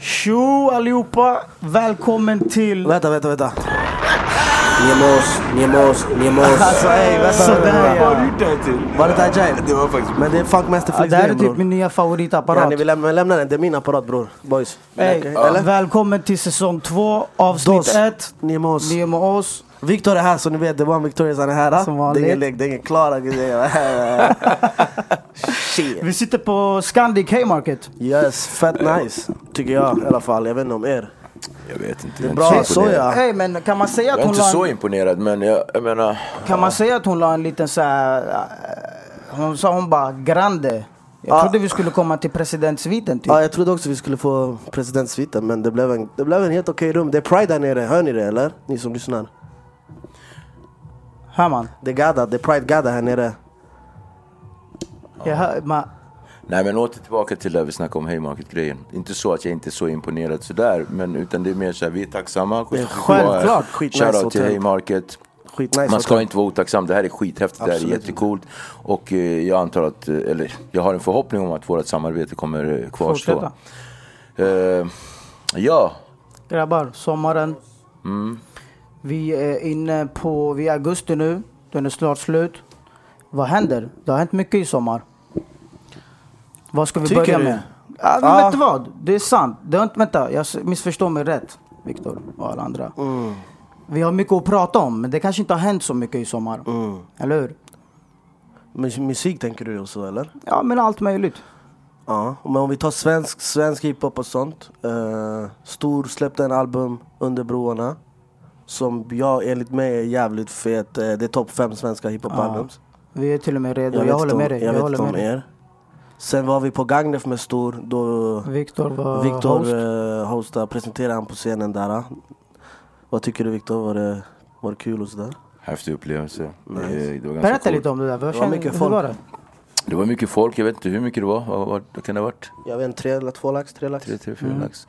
Tjo allihopa! Välkommen till... Vänta, vänta, vänta. Niemos, Niemos, Niemos. Alltså ey, vänta. Sådär Vad har ja! du gjort det här till? Var det inte ajaib? Det var faktiskt... Men det är funk masterflex Det här är grejen typ bror. min nya Ja, favoritapparat. ni vill lämna, lämna den, det är min apparat bror. Boys. Ey, Okej, ja. Välkommen till säsong två, avsnitt Dos. ett. Ni är med oss. Ni är med oss. Victor är här så ni vet, det var en Victoria som är här. ah. Som vanligt. Det är ingen lek, det är ingen Klara. Shit. Vi sitter på Scandic Haymarket. Yes, fett nice. Tycker jag i alla fall. Jag vet inte om er. Jag vet inte. Det är jag inte bra så imponerad. soja. Ey men kan man säga Jag att är hon inte så la en, imponerad men jag, jag menar... kan man säga att hon la en liten såhär... eh, Hon sa hon bara grande. Jag Ja. Ah. trodde vi skulle komma till presidentsviten typ. Ja, jag trodde också vi skulle få presidentsviten men det blev en, det blev en helt okej rum. Det är pride där nere, hör ni det eller? Ni som lyssnar. Hör man? Det är gada, det är pride gada här nere. Jag hör, man Nej men åter tillbaka till det vi snackade om Haymarket-grejen. Inte så att jag inte är så imponerad sådär, men utan det är mer såhär, vi är tacksamma. är självklart skitnice Shoutout till hotell. Haymarket. Skitnice Man hotell. ska inte vara otacksam, det här är skithäftigt, det här är Absolut. jättecoolt. Och eh, jag antar att, eh, eller jag har en förhoppning om att vårt samarbete kommer eh, kvarstå. fortsätta. Eh, ja, Grabbar, sommaren. Mm. Vi är inne på, vi är i augusti nu. Den är snart slut. Vad händer? Det har hänt mycket i sommar. Vad ska vi Tycker börja du? med? Ja, men Ja. Vet du vad? Det är sant. Det har inte, vänta, jag s- missförstår mig rätt. Viktor och alla andra. Mm. Vi har mycket att prata om, men det kanske inte har hänt så mycket i sommar. Mm. Eller hur? Mus- Musik tänker du också eller? Ja, men allt möjligt. Ja, men om vi tar svensk, svensk hiphop och sånt. Eh, Stor släppte en album, Under broarna. Som jag enligt mig är jävligt fet. Eh, det är topp fem svenska hiphop-albums. Vi är till och med redo. Jag, vet håller inte med om- dig. Jag, vet håller inte om med dig. er. Sen var vi på Gagnef med Stor. Då Viktor var Viktor host. eh, hostade, presenterade han på scenen där. eh. Vad tycker du Viktor? Var det, var det kul och sådär? häftig upplevelse. Eh, Det var ganska Berätta coolt. lite om det där. Vad var känner- mycket hur folk. var det? Det var mycket folk, jag vet inte hur mycket det var. Vad, vad, vad kan det ha varit? Jag vet inte, tre eller två lax? Tre lax? Tre, tre, fyra lax.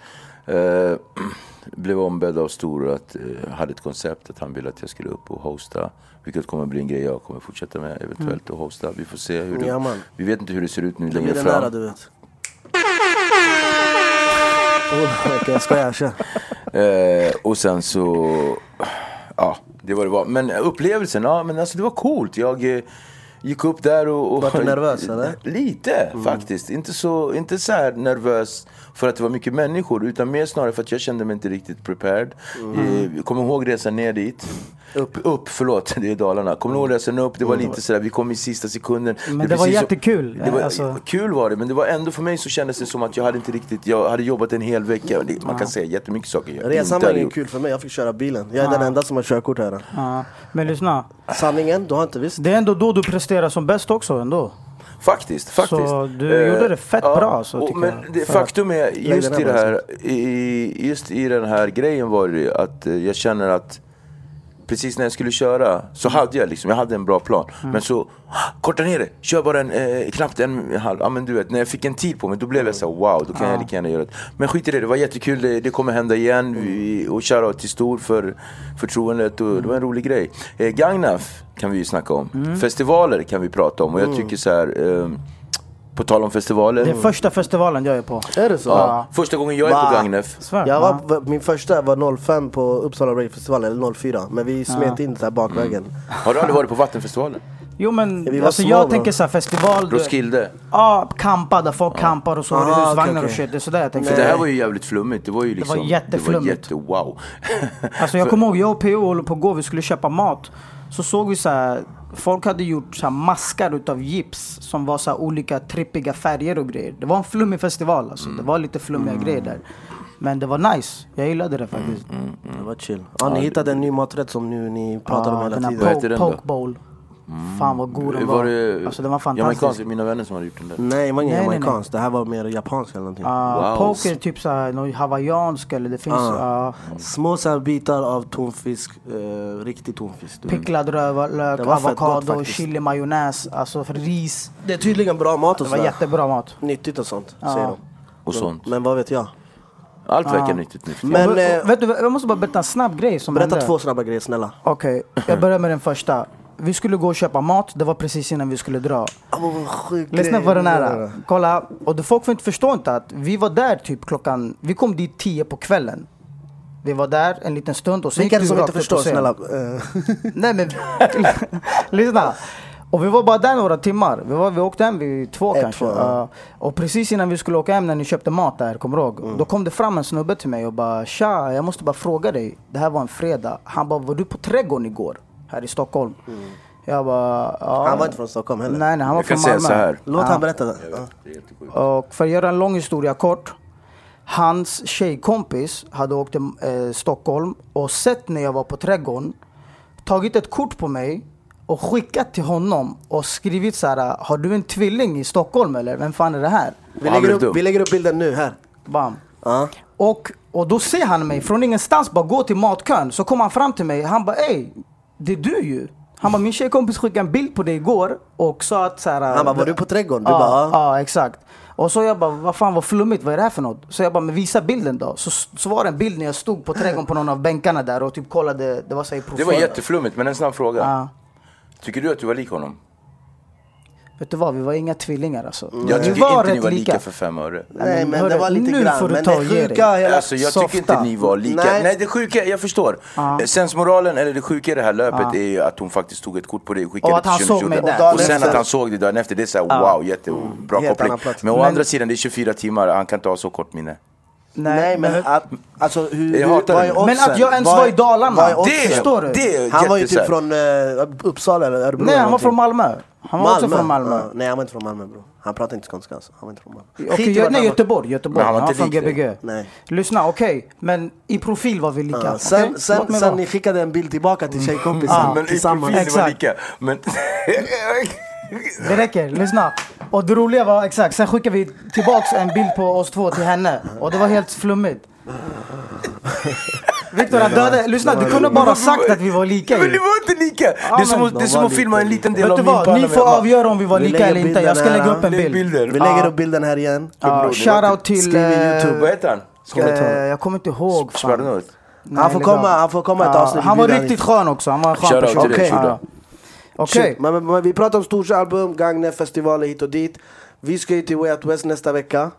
Eh, blev ombedd av Stora att, eh, hade ett koncept att han ville att jag skulle upp och hosta. Vilket kommer bli en grej jag kommer fortsätta med eventuellt och hosta. Vi får se hur det, Ja, man. Vi vet inte hur det ser ut nu Mm. Det blir längre den där fram. du vet. Oh, okej, jag skojar, kör. Eh, och sen så, ja det var det var. Men upplevelsen, ja men alltså det var coolt. Jag eh, gick upp där och... och Var du nervös, eller? Lite Mm. faktiskt. Inte så, inte så här nervös för att det var mycket människor utan mer snarare för att jag kände mig inte riktigt prepared. Mm. Eh, jag kommer ihåg resan ner dit. Upp. upp, förlåt, det är Dalarna. Kommer ihåg resan upp? Det var lite sådär, vi kom i sista sekunden. Mm. Men är det var precis som- jättekul, det var, alltså. Kul var det, men det var ändå för mig så kändes det som att jag hade inte riktigt, jag hade jobbat en hel vecka. Och det- Man kan säga jättemycket saker jag Resan inte var hade ingen gjort. kul för mig, jag fick köra bilen. Jag är den enda som har körkort här. Ja. Men lyssna. Sanningen, du har inte visst. Det är ändå då du presterar som bäst också ändå. Faktiskt, faktiskt. Eh, Så du gjorde det fett bra, alltså, och, tycker men jag. det, För faktum är, just den i, här det här, i, just i den här grejen var det att eh, jag känner att precis när jag skulle köra så Mm. hade jag liksom, jag hade en bra plan. Men så, "Ah, korta ner det, kör bara en, eh, knappt en halv, ja men du vet, när jag fick en tid på mig då Mm. blev jag så här, wow, då kan jag lika gärna göra det. Men skit i det, det var jättekul, det, det kommer hända Mm. igen. Vi, och shoutout till Stor för förtroendet och det var en Mm. rolig grej. Eh, Gagnef kan vi ju snacka om. Festivaler kan vi prata om och jag tycker så här. ehm, på tal om festivaler. Mm. Det är första festivalen jag är på. Är det så? ja. Första gången jag är Va? på Gagnef. Svär. Jag Ja. var, min första var 05 på Uppsala Rave Festival, eller 04. Men vi smet in så här bakvägen. Har du aldrig varit på Vattenfestivalen? Jo men Vi var alltså, små, jag bro. tänker såhär festival. du- Roskilde. Ja, kampa där folk kampar och så. Ah, Ah, husvagnar okej, okej. och shit. Det är sådär jag tänker. För det här var ju jävligt flummigt. Det var ju liksom... Eh, jätteflummigt. Det var jätte-wow. Alltså jag kommer ihåg, jag och PO håller på att gå, vi skulle köpa mat. Så såg vi så här, folk hade gjort så här maskar utav gips som var så här olika trippiga färger och grejer. Det var en flummig festival alltså, Mm. det var lite flummiga grejer där. Men det var nice, jag gillade det faktiskt. Mm, Det var chill. Ja, ni hittade en ny maträtt som nu ni pratar om Ja, hela den här tiden. Vad heter po- den då? poke bowl. Fan vad god den Mm. var var. det... Alltså den var fantastisk. Jamaicanska, mina vänner som hade gjort den där. Nej, det var ingen Nej, nej, nej. amerikansk. Det här var mer japansk eller någonting. Uh, Wow. Poke är typ såhär, någon hawaiiansk eller det finns ah. Små så här bitar av tonfisk, eh, riktig tonfisk. du vet. picklad rövarlök, Det var fett gott avokado, faktiskt. chili, majonnäs, alltså för ris. Det är tydligen bra mat och Det var sådär. jättebra mat. Nyttigt och sånt, säger de. Och sånt. Men vad vet jag? Allt verkar nyttigt nu för tiden. Mm. Men Och- och- eh, vet du, jag måste bara berätta en snabb grej som berätta hände. två snabba grejer snälla. Okej, jag börjar med den första. Vi skulle gå och köpa mat, det var precis innan vi skulle dra. Oh, vad sjuk Lyssna grej. på den här. Kolla, och det folk får inte förstå inte att vi var där typ klockan, vi kom dit 10 på kvällen. Vi var där en liten stund och sen Vilka är det gick som vi inte rakt upp på förstår scen. snälla? Eh, Nej men, lyssna. Och vi var bara där några timmar. Vi, var, vi åkte hem vid två Ett, kanske. två, ja. Ja. och precis innan vi skulle åka hem när ni köpte mat där, kommer du ihåg? Mm. Då kom det fram en snubbe till mig och bara Tja, jag måste bara fråga dig. Det här var en fredag. Han bara, var du på Trädgården igår? Här i Stockholm. Jag bara, ja. Mm. Han var inte från Stockholm heller. Nej, nej, han var Jag kan från säga Malmö. så här. Låt han berätta. det. Det är jättesjukt. Och för att göra en lång historia kort. Hans tjejkompis hade åkt till eh, Stockholm och sett när jag var på trädgården. Tagit ett kort på mig och skickat till honom och skrivit så här. Har du en tvilling i Stockholm eller? Vem fan är det här? Vi, Han lägger blev upp, dum. vi lägger upp bilden nu här. Bam. Ja. Och, och då ser han mig från ingenstans bara gå till matkön. Så kom han fram till mig. Han bara ey, det är du ju. Han bara min tjejkompis skickade en bild på dig igår och sa att så här, Han bara, var du på trädgården? Du ja, bara, ja. ja, exakt. Och så jag bara, vad fan vad flummigt, vad är det här för något? Så jag bara, men visa bilden då. Så, så var det en bild när jag stod på trädgården på någon av bänkarna där och typ kollade, det var så här i Det profil. var jätteflummigt, men en snabb fråga. Ja. Tycker du att du var lik honom? Vet du vad, vi var inga tvillingar alltså. Jag Vi tycker inte ni rätt var lika för fem öre. Nej men det hörru, var lite nu grann. får du men ta det och ge dig. sjuka hela... Alltså jag tycker softa. inte ni var lika. Nej. Nej, det sjuka, jag förstår. Eh, Sensmoralen, eller det sjuka i det här löpet är ju att hon faktiskt tog ett kort på dig och skickade Och att han till såg Shunoshita. mig där. Och sen Dagen att han efter. såg dig dagen efter, det är såhär wow, jättebra Helt annan koppling. plats. Men å Men- andra sidan, det är 24 timmar, han kan inte ha så kort minne. Nej, men att, alltså hur... Jag hur- hatar vad det. är Men Men oddsen? att jag ens Vad var i är- Dalarna, vad är oddsen? förstår du? det är Han var ju typ jättesär. från eh, Uppsala eller Örebro Nej, eller han var någonting. från Malmö. Han var också från Malmö. Ja, nej han var inte från Malmö bro. Han pratar inte skånska alltså. Han var inte från Malmö. Okej, Skit i jag, vart nej han var. Göteborg, Göteborg. Men han var han var inte från lik dig. Gbg. Nej. Lyssna, okej. Men i profil var vi lika. Ja, okej? sen Låt sen, mig sen vara. ni skickade en bild tillbaka till tjejkompisen Men i tillsammans. profil var Exakt. lika. Men... Det räcker, lyssna. Och det roliga var exakt, sen skickade vi tillbaks en bild på oss två till henne. Och det var helt flummigt. Viktor han dödade, lyssna du kunde bara sagt att vi var lika Men ni ju. var inte lika! Ja, det är som, men att- de det är som var att filma en lite liten del Vet av du min vad, ni panna med- får avgöra om vi var Vi lika lägger eller inte. bilden Jag ska här, lägga upp en lägg bild. bilder. Vi lägger upp bilden här igen. Ja, Shoutout till... Skriv i eh, YouTube. Vad heter han? eh, jag kommer inte ihåg. fan. Sparnor? Nej, Han får lägg av. komma- han får komma ett Ja, avsnitt, vi Han var bjuder riktigt han skön också, han var en skön Shoutout till person. dig, Shuda. Ja. Okej. Shit, Men, men, men vi pratar om storsalbum, Gagne, festivaler hit och dit. Vi ska ju till Way Out West nästa vecka.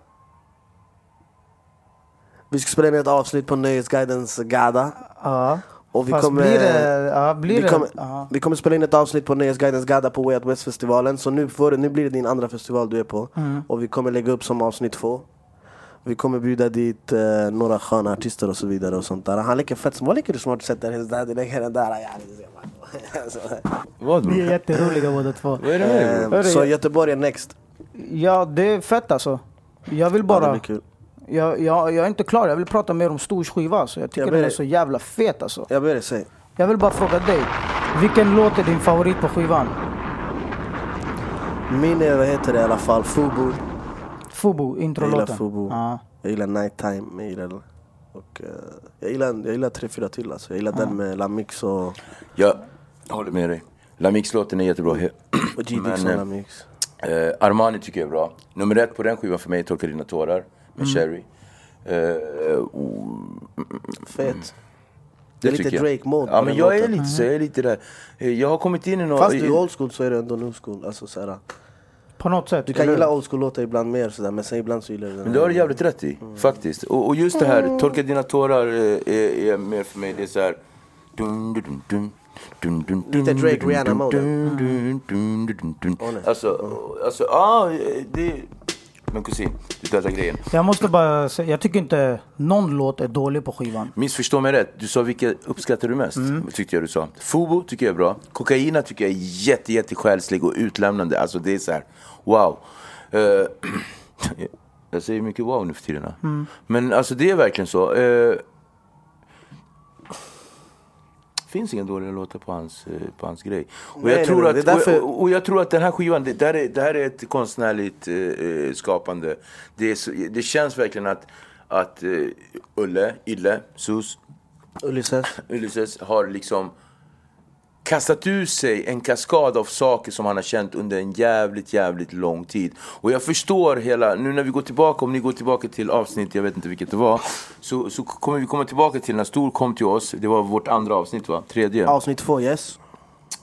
Vi ska spela in ett avsnitt på Nöjesguidens Gada. Ja. Och vi Fast kommer, blir det- ja, blir vi, det- kommer, ja. vi kommer spela in ett avsnitt på Nöjesguidens Gada på Way Out West-festivalen. Så nu, får, du- nu blir det din andra festival du är på. Mm. Och vi kommer lägga upp som avsnitt två. Vi kommer bjuda dit eh, några sköna artister och så vidare och sånt där. Han leker fett smart. Vad leker du smart? Du sätter henne där, du lägger henne där. ja, det ser man. Vad Ni är bror? jätteroliga båda två. Vad är det med dig, bror? Eh, Så Göteborg är next. Ja, det är fett alltså. Jag vill Ja, det bara... blir kul. Jag, jag, jag är inte klar, jag vill prata mer om Stors skiva alltså. Jag tycker Jag ber den är dig. så jävla fet alltså. Jag ber dig, säg. Jag vill bara fråga dig, vilken låt är din favorit på skivan? Min är, vad heter det i alla fall, Fubu. Fubu, Jag gillar introlåten. Fubu. Ja. Jag gillar Nighttime. Jag gillar, och, eh, jag gillar, jag gillar tre, fyra till alltså. Jag gillar den med Lamix och, och Jag håller med dig. Lamix-låten är jättebra. GDX Men, och eh, Lamix. Eh, Armani tycker jag är bra. Nummer ett på den skivan för mig är Torka dina tårar Mm. med Cherry. Eh, oh, Fett. det är lite tycker jag. Drake-mode Ja på den men jag är låten. Mm. lite så, jag är lite där. Eh, Jag har kommit in i några... Fast du i- är old school så är du ändå new school. Alltså, så här, På något sätt. du kan eller gilla hur? old school-låtar ibland mer sådär, men sen ibland så gillar du den. Men det har du här. jävligt rätt i, Mm. faktiskt. Och, och just det här, Torka dina tårar eh, är, är mer för mig, det är så här... Dum, dum, dum, dum. Dun, dun, Lite dun, Drake, dun, Rihanna dun, mode. Mm. dun, dun, dun, dun, dun. Åh, nej. Alltså, alltså, ja, det... Men kusin, du dödar grejen. Jag måste bara säga, jag tycker inte någon låt är dålig på skivan. Missförstå mig rätt, du sa vilka uppskattar du mest? Mm. Tyckte jag du sa. Fubo tycker jag är bra. Kokaina tycker jag är jätte, jätte själslig och utlämnande. Alltså det är så här, wow. Eh, jag säger mycket wow nu för tiden. Men alltså det är verkligen så. Eh, finns inga dåliga låtar på hans, eh, på hans grej. Och, Nej, jag nej, tror nej, att, det är därför- och, och jag tror att den här skivan, det, det, här, är, det här är ett konstnärligt eh, eh, skapande. Det, är, så- det känns verkligen att, att eh, Ulle, Ille, Sus, Ulysses. Ulysses har liksom kastat ur sig en kaskad av saker som han har känt under en jävligt, jävligt lång tid. Och jag förstår hela, nu när vi går tillbaka, om ni går tillbaka till avsnitt, jag vet inte vilket det var, så, så kommer vi komma tillbaka till när Stor kom till oss, det var vårt andra avsnitt va? Tredje? Avsnitt två, yes.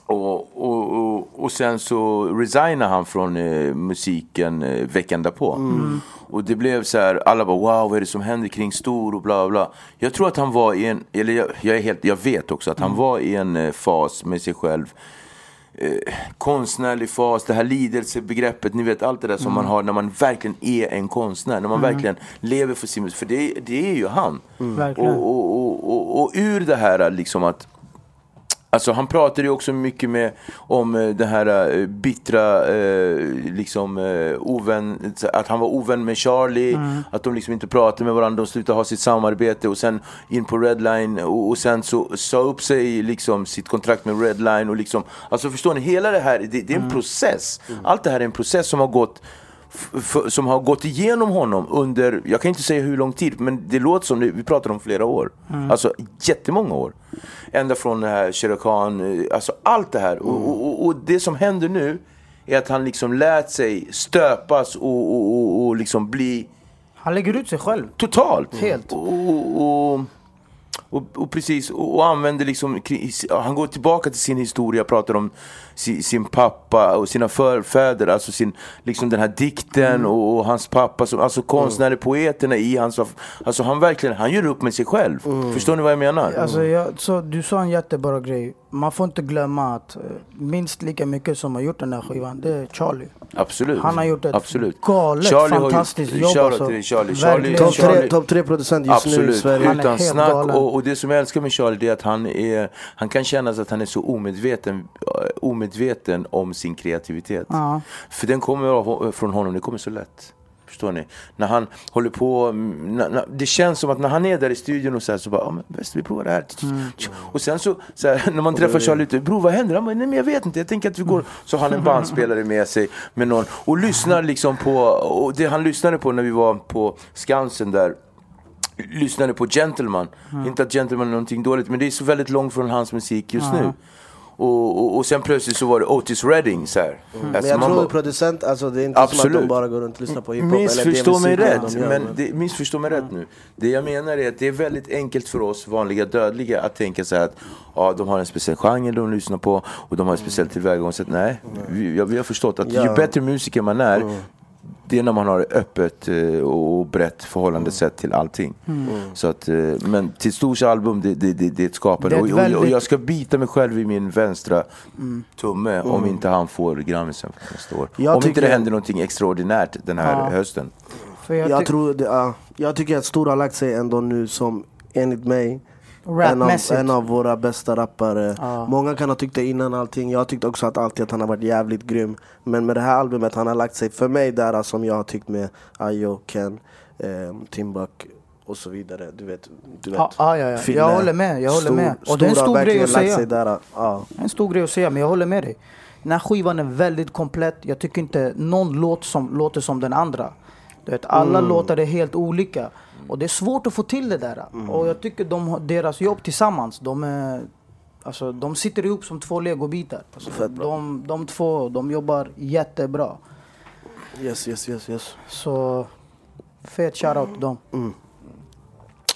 Och, och, och, och sen så resignar han från eh, musiken eh, veckan därpå. Och det blev så här, alla bara wow vad är det som händer kring Stor och bla bla. Jag tror att han var i en, eller jag, jag, är helt, jag vet också att han var i en eh, fas med sig själv. Eh, konstnärlig fas, det här lidelsebegreppet, ni vet allt det där som man har när man verkligen är en konstnär. När man verkligen lever för sin musik, för det, det är ju han. Verkligen. Och, och, och, och, och ur det här liksom att Alltså han pratade ju också mycket med, om eh, det här eh, bittra, eh, liksom eh, ovän, att han var ovän med Charlie, att de liksom inte pratade med varandra, de slutade ha sitt samarbete och sen in på Redline och, och sen så sa upp sig liksom sitt kontrakt med Redline och liksom, alltså förstår ni, hela det här, det, det är en process. Allt det här är en process som har gått f- f- som har gått igenom honom under, jag kan inte säga hur lång tid, men det låter som det, vi pratar om flera år. Alltså jättemånga år. Ända från det här Shere Khan, eh, alltså allt det här. Och, och, och, och det som händer nu är att han liksom lät sig stöpas och, och, och, och liksom bli Han lägger ut sig själv. totalt. Mm. Helt. Och, och, och, och, och precis, och, och använder liksom, kri- han går tillbaka till sin historia, pratar om sin, sin pappa och sina förfäder, alltså sin, liksom den här dikten Mm. och, och hans pappa, som, alltså konstnärer, poeterna i hans, alltså han verkligen, han gör upp med sig själv. Förstår ni vad jag menar? Mm. Alltså Mm. jag, så du sa en jättebra grej. Man får inte glömma att eh, minst lika mycket som har gjort den här skivan, det är Charlie. Absolut. Han har gjort ett Absolut. galet har ju- fantastiskt jobb, Shoutout alltså. till Charlie. Charlie, Verkligen. Topp Charlie. tre, top tre producent just nu i Absolut, Sverige. Han är utan helt snack. galen. Och, och det som jag älskar med Charlie det är att han, är, han kan känna sig att han är så omedveten, eh, omedveten om sin kreativitet. Ja. För den kommer av ho- från honom, det kommer så lätt. Förstår ni? När han håller på, mm, na, na, det känns som att när han är där i studion och så här så bara, ja men bäst vi provar det här. Mm. Och sen så, så här, när man träffar Charlie ute, bror vad händer? Han bara, nej men jag vet inte, jag tänker att vi Mm. går. Så har han en bandspelare med sig med någon och lyssnar liksom på, och det han lyssnade på när vi var på Skansen där lyssnade på Gentleman. Inte att Gentleman är någonting dåligt, men det är så väldigt långt från hans musik just nu. Och, och, och sen plötsligt så var det Otis Redding så här. Men Alltså, jag man tror bara- producent, alltså det är inte som att Absolut. de bara går runt och lyssnar på hiphop. eller det Missförstå musiken mig rätt, de gör, men det, missförstå mig rätt nu. Det jag menar är att det är väldigt enkelt för oss vanliga dödliga att tänka så här att ja, de har en speciell genre de lyssnar på och de har ett speciellt tillvägagångssätt. Nej, vi, ja, vi har förstått att ju Mm. Ja. Mm. bättre musiker man är, det är när man har ett öppet eh, och brett förhållande Mm. sätt till allting. Så att, eh, men till Stors album, det, det, det, det är ett skapande. Det är ett och, och, och väldigt- jag ska bita mig själv i min vänstra tumme om inte han får Grammisen nästa år. Mm. Jag om inte det tycker- händer någonting extraordinärt den här Ja. hösten. För jag, Jag, tyck- tror det, ja. jag tycker att Stora har lagt sig ändå nu som, enligt mig, en av, Rapmässigt. en av våra bästa rappare. Ja. Många kan ha tyckt det innan allting, jag tyckte också att alltid att han har varit jävligt grym. Men med det här albumet, han har lagt sig, för mig, där alltså, som jag har tyckt med Ayo, Ken, eh, Timbuk och så vidare. Du vet, du vet. Ja, ja, ja, ja. Fille. Jag håller med, jag håller med. Och det är en Stora har stor grej verkligen att lagt säga. sig Där, ja. en stor grej att säga, men jag håller med dig. Den här skivan är väldigt komplett. Jag tycker inte någon låt som, låter som den andra. Du vet, alla låtar är helt olika. Och det är svårt att få till det där. Och jag tycker de, har- deras jobb tillsammans, de, är, alltså, de sitter ihop som två legobitar. Alltså, de, de två, de jobbar jättebra. Yes, yes, yes, yes. Så, fet shoutout till dem.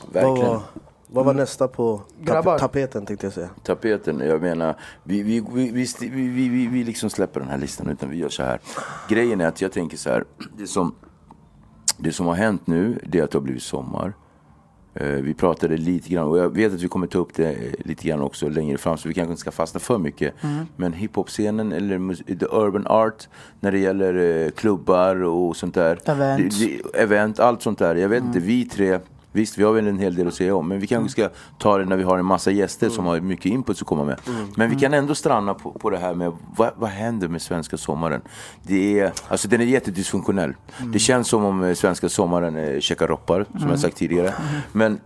Vad Verkligen. var, vad var nästa på Mm. Grabbar. tap- tapeten tänkte jag säga? Tapeten, jag menar, vi, vi, vi, vi, sti- vi, vi, vi, vi liksom släpper den här listan utan vi gör så här. Grejen är att jag tänker så här, det som, det som har hänt nu det är att det har blivit sommar. Eh, Vi pratade lite grann, och jag vet att vi kommer ta upp det eh, lite grann också längre fram, så vi kanske inte ska fastna för mycket. Men hiphop-scenen, eller mus- the urban art, när det gäller eh, klubbar och sånt där. Event. Det- det- event, allt sånt där. Jag vet inte, vi tre, visst vi har väl en hel del att säga om, men vi kanske ska ta det när vi har en massa gäster som har mycket input att komma med. Men vi kan ändå stanna på, på det här med vad, vad händer med svenska sommaren? Det är, alltså den är jättedysfunktionell. Det känns som om eh, svenska sommaren eh, checkar roppar, som jag sagt tidigare. Men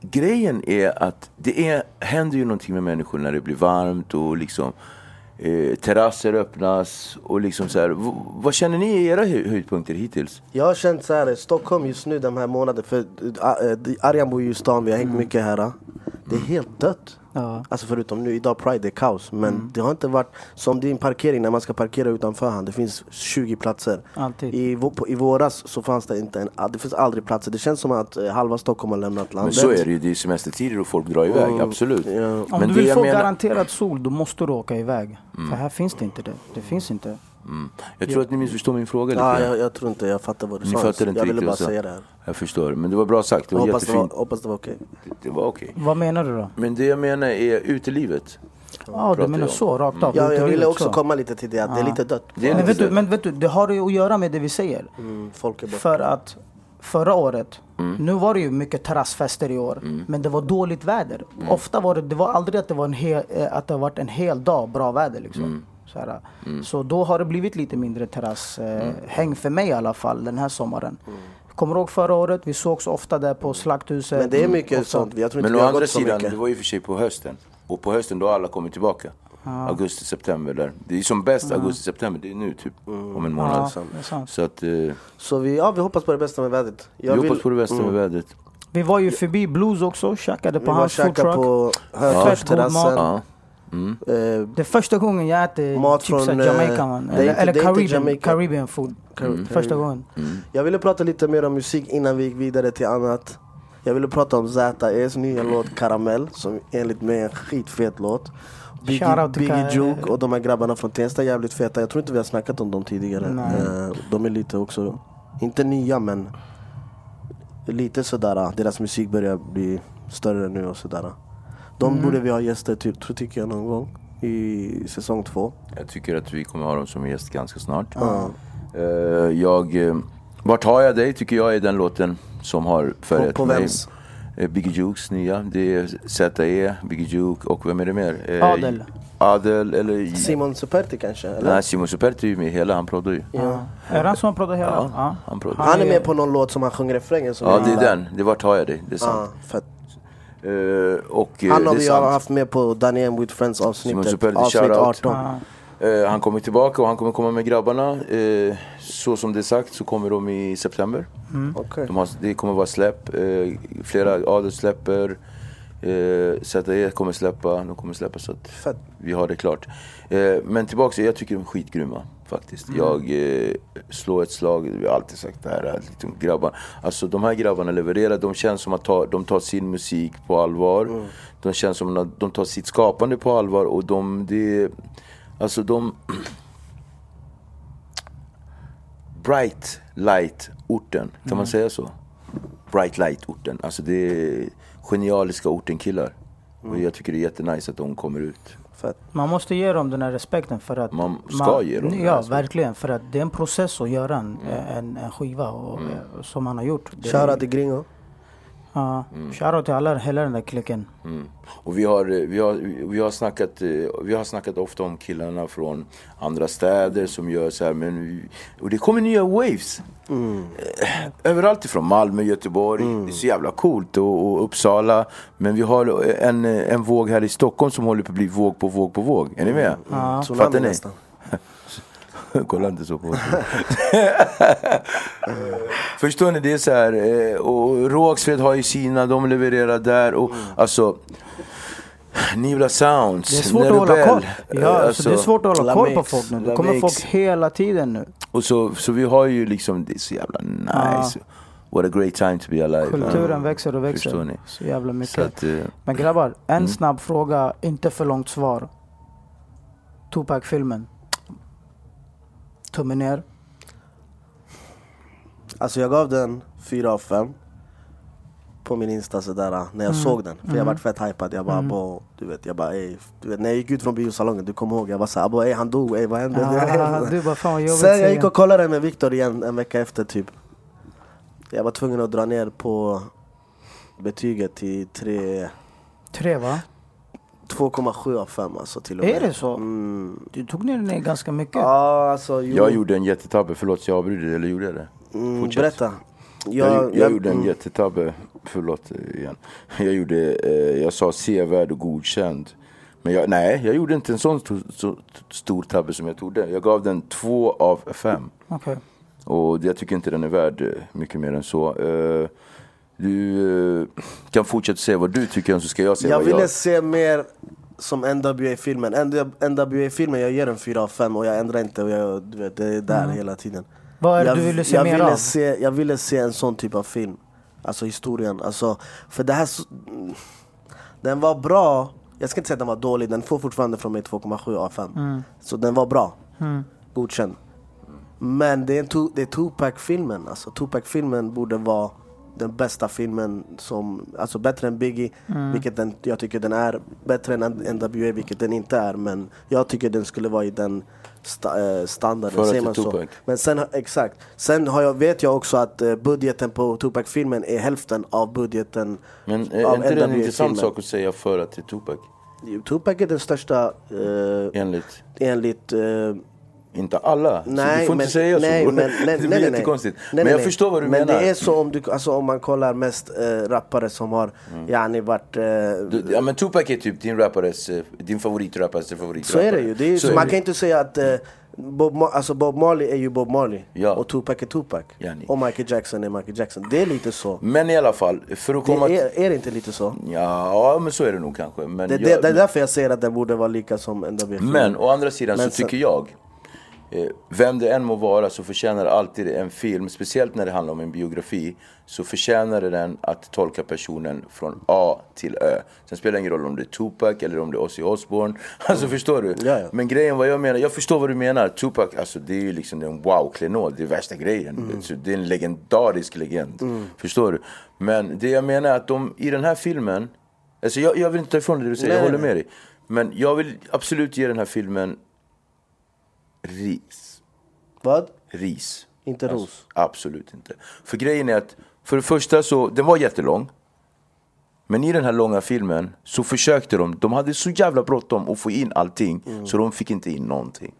grejen är att det är, händer ju någonting med människor när det blir varmt och liksom eh, terrasser öppnas och liksom så här. V- vad känner ni är era hö- höjdpunkter hittills? Jag har känt så här, Stockholm just nu den här månaden, för äh, äh, Arjan bor ju i stan, vi har hängt mycket här. äh. Det är helt dött. Mm. Ja. Mm. Alltså förutom nu, idag Pride, det är kaos. Men det har inte varit som din parkering när man ska parkera utanför han. Det finns 20 platser. Alltid. I, vå- på- I våras så fanns det inte en, ah, det finns aldrig platser. Det känns som att eh, halva Stockholm har lämnat Men landet. så är det ju, det är semestertider och folk drar iväg, absolut. Om Men du det vill jag få menar, Mm. garanterad sol, då måste du åka iväg. För här finns det inte det. Det finns inte. jag tror att ni missförstår min fråga lite Ja, grann. jag, jag tror inte jag fattar vad du Ni sa. fattar inte jag ville bara riktigt vad jag sa. säga det här. Jag förstår, men det var bra sagt, det var Hoppas det var, jättefint. hoppas det var okej. Det var okej. Vad menar du då? Men det jag menar är utelivet. Ja, du pratar menar jag om. så, rakt av. Jag, jag Utelivet ville också så. komma lite till det, att det är lite dött. Det är Men lite vet, du, så. men vet du, det har ju att göra med det vi säger. Mm, folk är borta. För att Mm. förra året, nu var det ju mycket terrassfester i år, men det var dåligt väder. Ofta var det, det var aldrig att det var en hel, eh, att det har varit en hel dag bra väder liksom. Så, här, så då har det blivit lite mindre terrasshäng eh, häng för mig i alla fall den här sommaren. Kommer du ihåg förra året? Vi sågs ofta där på Slakthuset. Men det är mycket Mm, ofta. sånt, jag tror inte Men vi å har andra gått så sidan, mycket. det var ju för sig på hösten. Och på hösten då har alla kommit tillbaka. Augusti, september där. Det är som bäst augusti, september. Det är nu typ. Mm. Om en månad. alltså. Ja, det är sant. så att, eh, vi Så vi, ja, vi hoppas på det bästa med vädret. Jag hoppas på det bästa Mm. med vädret. Vi var ju förbi Blues också, käkade Vi på var hans käka foodtruck. på Fett god mat. Hötorgsterrassen. Ja. Eh, Det är första gången jag äter Mat typ från, från, eh, Jamaica man. det är Eller, inte- eller det är inte Caribbean, Jamaica. Caribbean food. Första gången. Mm. Jag ville prata lite mer om musik innan vi gick vidare till annat. Jag ville prata om ZS nya låt Karamell, som enligt mig är en skitfet låt. Shout Biggie, out till Biggie Ka- Juke och de här grabbarna från Tensta är jävligt feta. Jag tror inte vi har snackat om dem tidigare. Nej. Eh, De är lite också, inte nya men lite sådär. ah, Deras musik börjar bli större nu och sådär. De Mm. borde vi ha gäster till, tror- tycker jag någon gång i säsong två. Jag tycker att vi kommer ha dem som gäst ganska snart. Eh, jag, eh, Vart har jag dig tycker jag är den låten som har färgat på mig. vems? Eh, Biggie Jukes nya. Det är ZE, Biggie Juke och vem är det mer? Eh, Adel. Adel eller... Simon Superti kanske? Eller? Nej, Simon Superti är ju med hela, han proddar ju. Ja. Är det han som pratar hela? Ja, Ja. han pratar. Han är med på någon låt som han sjunger refrängen som Ja, jag det är gillar. den. Det vart har jag dig, det är sant. Ja, fett. Eh, och, eh, Han har det är vi sant. haft med på Daniel with Friends Simon avsnittet, Superdi, avsnitt shoutout. 18. Eh, han kommer tillbaka och han kommer komma med grabbarna. Eh, så som det är sagt så kommer de i september. Okej. De har, det kommer vara släpp. Eh, flera Adel släpper. Eh, ZE kommer släppa. De kommer släppa så att Fett. vi har det klart. Eh, men tillbaka, jag tycker de är skitgrymma faktiskt. Jag eh, slår ett slag, vi har alltid sagt det här, liksom, grabbar. Alltså de här grabbarna levererar, de känns som att ta, de tar sin musik på allvar. De känns som att de tar sitt skapande på allvar och de, det, alltså de Bright Light-orten, kan man säga så? Bright Light-orten, alltså det är genialiska orten-killar. Och jag tycker det är jättenice att de kommer ut. Fett. Man måste ge dem den här respekten för att... Man ska ge dem den här Ja, respekten. Mm. verkligen. För att det är en process att göra en, en, en skiva och, eh, som man har gjort. Det- Shoutout till Gringo. Ja. Mm. Shoutout till alla, hela den där klicken. Och vi har, eh, vi, har, vi, har snackat, eh, vi har snackat ofta om killarna från andra städer som gör så här, men, vi- och det kommer nya waves. Eh, Överallt ifrån Malmö, Göteborg, det är så jävla coolt och, och Uppsala. Men vi har en, en våg här i Stockholm som håller på att bli våg på våg på våg. Är ni med? Tsunami Fattar ni? nästan. Kolla inte så på oss. Förstår ni? Det är så här. eh, Och Rågsved har ju sina, de levererar där. Och alltså... Nivla Sounds, Mm. Det är svårt att La hålla Rebelle, koll. eh, Ja, alltså, det är svårt att hålla koll på Lamix, folk nu. Det Lamix. kommer folk hela tiden nu. Och så, så vi har ju liksom, det är så jävla nice. What a great time to be alive. Kulturen Mm. växer och växer. Förstår ni? Så jävla mycket. Så att, Mm. eh, Men grabbar, en snabb fråga, inte för långt svar. Tupac-filmen. Tummen ner. Alltså jag gav den 4 av 5. på min insta sådär äh, när jag såg den. För jag var fett hypad. Jag bara, bo, du vet, jag bara, ey, du vet, när jag gick ut från biosalongen, du kommer ihåg, jag bara såhär, bo, ey, han dog, ey, vad hände? Ah, du bara, fan vad jobbigt. Sen jag säger gick och kollade med Viktor igen en vecka efter typ. Jag var tvungen att dra ner på betyget till tre- Tre va? 2,7 av 5 alltså till och med. Är det så? Mm. Du tog ner den ganska mycket. Ja, alltså, jo. Jag gjorde en jättetabbe, förlåt så jag avbryter dig, eller gjorde jag det? mm, Fortsätt. Berätta. Jag, jag, gjorde en mm. jättetabbe, förlåt eh, igen. Jag, gjorde, eh, jag sa sevärd och godkänd. Men jag, nej, jag gjorde inte en sån stor, så, stor tabbe som jag trodde. Jag gav den två av fem. Okej. Och jag tycker inte den är värd eh, mycket mer än så. Eh, Du eh, kan fortsätta säga vad du tycker, så ska jag säga Jag vad ville jag... se mer som NWA-filmen. NWA-filmen, jag ger den 4 av 5 och jag ändrar inte. Och jag, du vet, det är där hela tiden. Mm. Vad är det jag, du ville se jag mer ville av? Se, jag ville se en sån typ av film. Alltså historien. Alltså, för det här... s- mm, Den var bra. Jag ska inte säga att den var dålig. Den får fortfarande från mig 2,7 av 5. Mm. Så den var bra. Godkänd. Men det är, en tu- det är Tupac-filmen. Alltså, Tupac-filmen borde vara den bästa filmen, som, alltså bättre än Biggie, vilket den, jag tycker den är. Bättre än NWA, vilket den inte är. Men jag tycker den skulle vara i den sta- eh, standarden. För att säger det är man så. Tupac. Men sen, exakt. Sen har jag, vet jag också att eh, budgeten på Tupac-filmen är hälften av budgeten Men eh, är inte det en intressant NWA-filmen. sak att säga för att det är Tupac? Tupac är den största eh, Enligt... enligt eh, Inte alla, så du Nej, får men, inte säga nej, så. Men, nej, nej, det blir nej, nej. jättekonstigt. Nej, men nej, jag nej. förstår vad du men menar. det är så om, du, alltså, om man kollar mest eh, rappare som har yani varit... Eh, Mm. Du- Ja men Tupac är typ din rappares, eh, din favoritrappares favoritrappare. så är det ju. Det är, ju- Så så man det. kan inte säga att eh, Bob, Ma- alltså Bob Marley är ju Bob Marley Ja. och Tupac är Tupac. Yani. Och Michael Jackson är Michael Jackson. Det är lite så. Men i alla fall, för att Det komma till... är, är det inte lite så? Ja, ja, men så är det nog kanske. Men, Det, det, jag- det är därför jag säger att den borde vara lika som NWA. men å andra sidan Men så sen- tycker jag, eh, vem det än må vara så förtjänar alltid en film, speciellt när det handlar om en biografi, så förtjänar den att tolka personen från A till Ö. Sen spelar det ingen roll om det är Tupac eller om det är Ozzy Osbourne. Alltså förstår du? Ja, ja. Men grejen vad jag menar, jag förstår vad du menar. Tupac, alltså det är ju liksom en wow-klenod, det är värsta grejen. Så det är en legendarisk legend. Förstår du? Men det jag menar är att de i den här filmen, alltså jag, jag vill inte ta ifrån dig det du säger, Nej, jag håller nej. med dig. Men jag vill absolut ge den här filmen ris. Vad? Ris. Inte Alltså, ros. Absolut inte. För grejen är att, för det första så, den var jättelång. Men i den här långa filmen så försökte de, de hade så jävla bråttom att få in allting så de fick inte in någonting.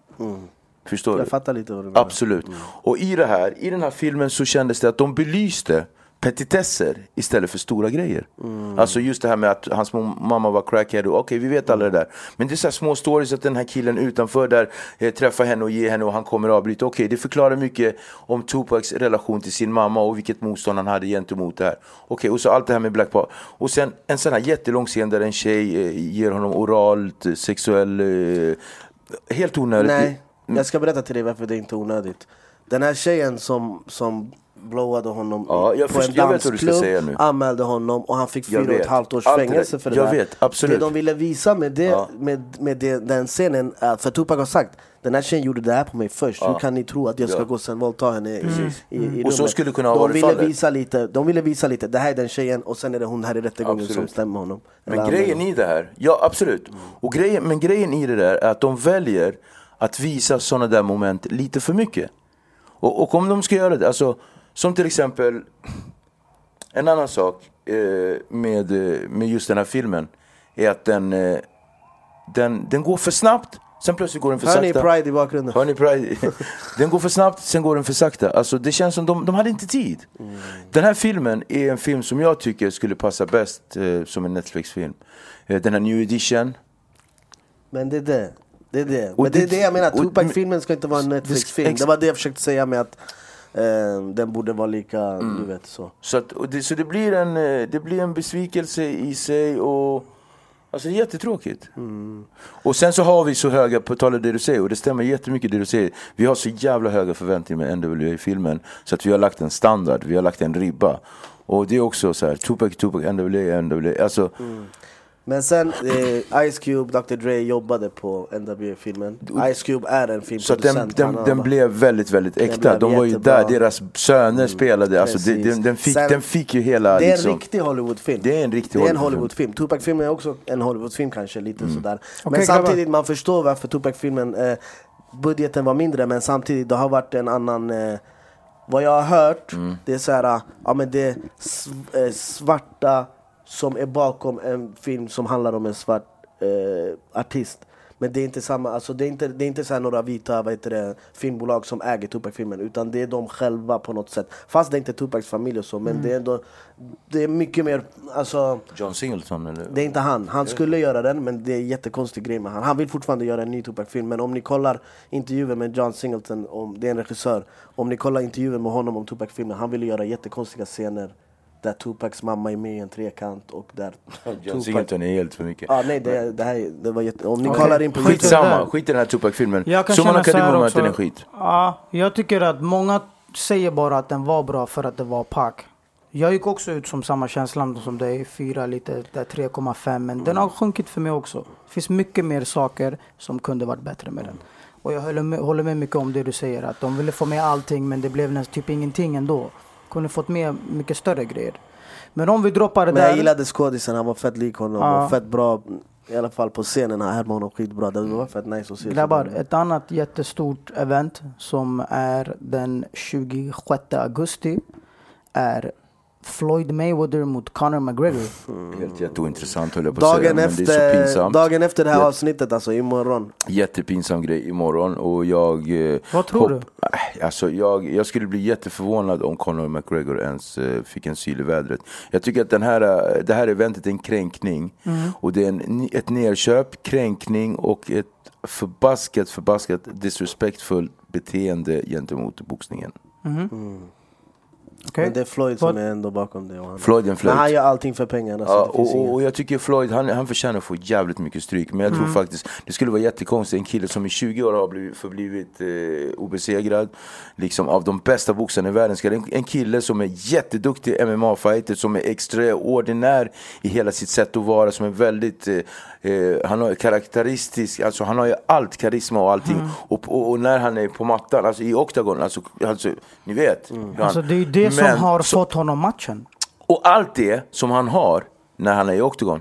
Förstår du? Jag fattar lite vad Mm. du menar. Absolut. Och i, det här, i den här filmen så kändes det att de belyste petitesser istället för stora grejer. Mm. Alltså just det här med att hans mo- mamma var crackhead och okej vi vet alla det där. Men det är så här små stories att den här killen utanför där eh, träffar henne och ger henne och han kommer avbryta. Okej det förklarar mycket om Tupacs relation till sin mamma och vilket motstånd han hade gentemot det här. Okej och så allt det här med Black Power. Och sen en sån här jättelång scen där en tjej eh, ger honom oralt eh, sexuell eh, Helt onödigt. Nej, Mm. jag ska berätta till dig varför det inte är onödigt. Den här tjejen som, som blowade honom Ja, jag på först- en jag vet vad du ska dansklubb säga nu. anmälde honom och han fick Jag fyra och ett vet. halvt års Allt det där. fängelse för det Jag där. vet, absolut. Det de ville visa med, det, Ja. med, med det, den scenen, är- för Tupac har sagt den här tjejen gjorde det här på mig först, hur kan ni tro att jag ska Ja. Mm. gå sen våldta henne i, i, i Och så rummet? skulle det kunna ha de varit ville fallet. visa lite, De ville visa lite, det här är den tjejen och sen är det hon här i rättegången som Absolut. stämmer honom. Eller Men anmäler grejen honom. i det här, ja absolut. Och grejen, men grejen i det där är att de väljer att visa sådana där moment lite för mycket. Och, och om de ska göra det, alltså som till exempel en annan sak eh, med, eh, med just den här filmen är att den, eh, den, den går för snabbt, sen plötsligt går den för Hör ni sakta. Pride i bakgrunden? Hör ni Pride? Den går för snabbt, sen går den för sakta. Alltså det känns som de, de hade inte tid. Den här filmen är en film som jag tycker skulle passa bäst eh, som en Netflix-film. Eh, den här New Edition. Men det är det. Det är det. Och Men det, det- är det jag menar, och- Tupac-filmen ska inte vara en Det- Netflix-film. ex- Det var det jag försökte säga med att eh, den borde vara lika, Mm. du vet så. Så, att, och det, så det, blir en, eh, det blir en besvikelse i sig och Alltså det är jättetråkigt. Och sen så har vi så höga, på tal om det du säger, och det stämmer jättemycket det du säger. Vi har så jävla höga förväntningar med NWA-filmen. Så att vi har lagt en standard, vi har lagt en ribba. Och det är också så här, Tupac, Tupac, NWA, NWA. Alltså, Men sen, eh, Ice Cube, Dr Dre jobbade på NWA-filmen. Ice Cube är en Så att filmproducent. den, den, han har den bara- blev väldigt, väldigt äkta. blev De var ju jättebra. Mm, där, deras söner spelade. Alltså det, Precis. den, den, fick, Sen- den fick ju hela... Det är en liksom, riktig Hollywoodfilm. Det är en riktig Det är en Hollywoodfilm. Hollywoodfilm. Tupac-filmen är också en Hollywoodfilm kanske, lite sådär. Men Mm. Okej, grabbar. samtidigt, man förstår varför Tupac-filmen, eh, budgeten var mindre, men samtidigt, det har varit en annan... Eh, vad jag har hört, Mm. det är såhär, ah, ja men det är sv- eh, svarta som är bakom en film som handlar om en svart eh, artist. Men det är inte samma, alltså det är inte, det är inte så här några vita vad heter det, filmbolag som äger Tupac-filmen utan det är de själva på något sätt. Fast det är inte Tupacs familj och så Mm. men det är ändå, det är mycket mer, alltså John Singleton eller? det är inte han. Han skulle göra den men det är en jättekonstig grej med han. Han vill fortfarande göra en ny Tupac-film men om ni kollar intervjuer med John Singleton, om, det är en regissör. Om ni kollar intervjuer med honom om Tupac-filmen, han ville göra jättekonstiga scener där Tupacs mamma är med i en trekant och där John Tupac... Singleton är helt för mycket. Ja, nej, det, det här är- det var jätte... Om ni Okej. kollar in på Skit i Youtube. Skitsamma, där. skit i den här Tupac-filmen. Jag kan Summan känna och så här Kadimum att också. den är skit. Ja, jag tycker att många säger bara att den var bra för att det var pack. Jag gick också ut som samma känsla som dig, 4 lite, där 3,5 men den Mm. har sjunkit för mig också. Det finns mycket mer saker som kunde varit bättre med Mm. den. Och jag håller med, håller med mycket om det du säger att de ville få med allting men det blev nästan typ ingenting ändå. Kunde fått med mycket större grejer. Men om vi droppar det Men där. jag gillade skådisen, han var fett lik honom Ja. och fett bra. I alla fall på scenen, han härmade honom skitbra. Det var fett nice att se. Grabbar, ett annat jättestort event som är den 26 augusti är Floyd Mayweather mot Conor McGregor. Helt jätteointressant höll jag på att säga. Dagen Men det är så efter, pinsamt. dagen efter det här Jätte- avsnittet alltså, imorgon. Jättepinsam grej imorgon och jag... eh, Vad tror hopp- Äh, Alltså jag, jag skulle bli jätteförvånad om Conor McGregor ens eh, fick en syl i vädret. Jag tycker att den här, eh, det här eventet är en kränkning. Mm. Och det är en, ett nerköp, kränkning och ett förbaskat, förbaskat disrespektfullt beteende gentemot boxningen. Okej? Men det är Floyd Eh, Vad- som är ändå bakom det. Och han. Floyd är en Men han flöjt. gör allting för pengarna. Så Ja, alltså, det finns och, och, inget. och jag tycker Floyd, han, han förtjänar att få jävligt mycket stryk. Men jag Mm. tror faktiskt, det skulle vara jättekonstigt, en kille som i 20 år har blivit, förblivit eh, obesegrad, liksom av de bästa boxarna i världen. Ska en, en kille som är jätteduktig MMA-fighter, som är extraordinär i hela sitt sätt att vara, som är väldigt, eh, eh, han har karaktäristisk, alltså han har ju allt, karisma och allting. Mm. Och, och, och när han är på mattan, alltså i oktagon, alltså, alltså ni vet. Mm. hur han- Alltså det är ju det som Men har så- fått honom matchen. och allt det som han har när han är i Octagon,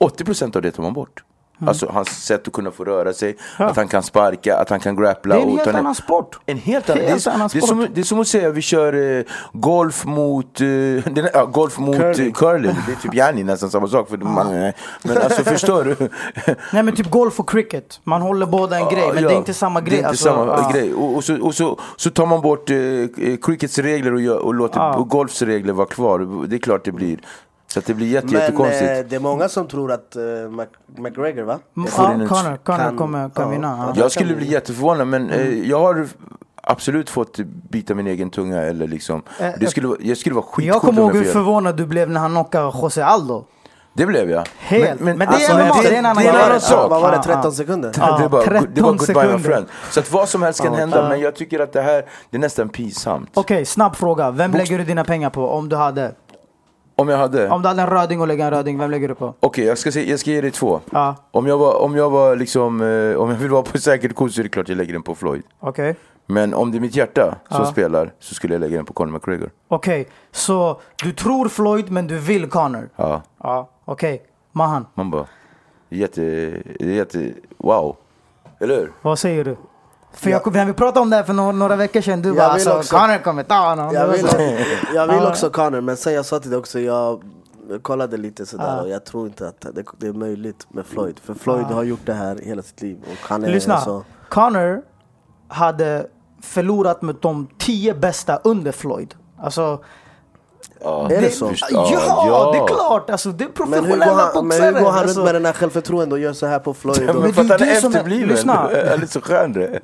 80% av det tar man bort. Mm. Alltså hans sätt att kunna få röra sig, att han kan sparka, att han kan grappla. Det är en och helt ta ner- annan sport. En helt annan, Helt det, är, annan det, är som, det är som att säga vi kör eh, golf mot, eh, den, ja, golf mot curling. Curling. curling. Det är typ yani nästan samma sak. För man, nej. Men alltså förstår du? Nej men typ golf och cricket. Man håller båda en grej men Ja, det är inte samma grej. Det är inte alltså, samma ja. grej. Och, och, så, och så, så tar man bort eh, eh, crickets regler och, gör, och låter och golfs regler vara kvar. Det är klart det blir. Så att det blir jätte, Men jättekonstigt. eh, det är många som tror att eh, Mac McGregor va? Ja, får in ett- Conor, Conor kan- kommer kan Mm. ja. vinna. Ja. Jag skulle bli jätteförvånad men eh, jag har absolut fått bita min egen tunga eller liksom. Eh, Det skulle, vara- jag skulle vara Jag skitcoolt om kommer ihåg jag hur fick göra det. förvånad du blev när han knockade José Aldo. Det blev jag. Helt. Men det är alltså, MMA, efter- det är en annan det är en grej. annan Ja, sak. vad var det, Ah, 13 ah. sekunder? Ja, det, är bara, 13 det var goodbye my sekunder. friend. Så att vad som helst kan hända men jag tycker att det här, det är nästan pinsamt. Okej, snabb fråga. Vem lägger du dina pengar på om du hade? Om jag hade, Om okej du hade en röding och lägger en röding, vem lägger du på? jag, ska se, jag ska ge dig två. Ja. Om jag var, om jag var liksom, eh, om jag vill vara på säkert kurs så är det klart jag lägger den på Floyd. Okej. Men om det är mitt hjärta som Ja. spelar så skulle jag lägga den på Conor McGregor. Okej, så du tror Floyd men du vill Connor? Ja. Ja. Okej, Mahan, Man bara, det är jätte, det är jätte, wow. Eller hur? vad säger du? För jag, när vi pratade om det här för några, några veckor sedan, du bara vill alltså också- Connor kommer ta honom. Jag Det var vill, så- jag vill också Connor, men sen jag sa till dig också, jag kollade lite sådär och jag tror inte att det, det är möjligt med Floyd. För Floyd har gjort det här hela sitt liv. Och han är Lyssna, alltså- Connor hade förlorat mot de tio bästa under Floyd. Alltså, Ja, Är det så? först- ja, det är klart! Alltså, det är men hur professionella går han, men boxare! hur går han alltså. runt med den här självförtroende och gör så här på Floyd? Men Och, det är för att han är det som är- efterbliven. lyssna. Eller så skön det är.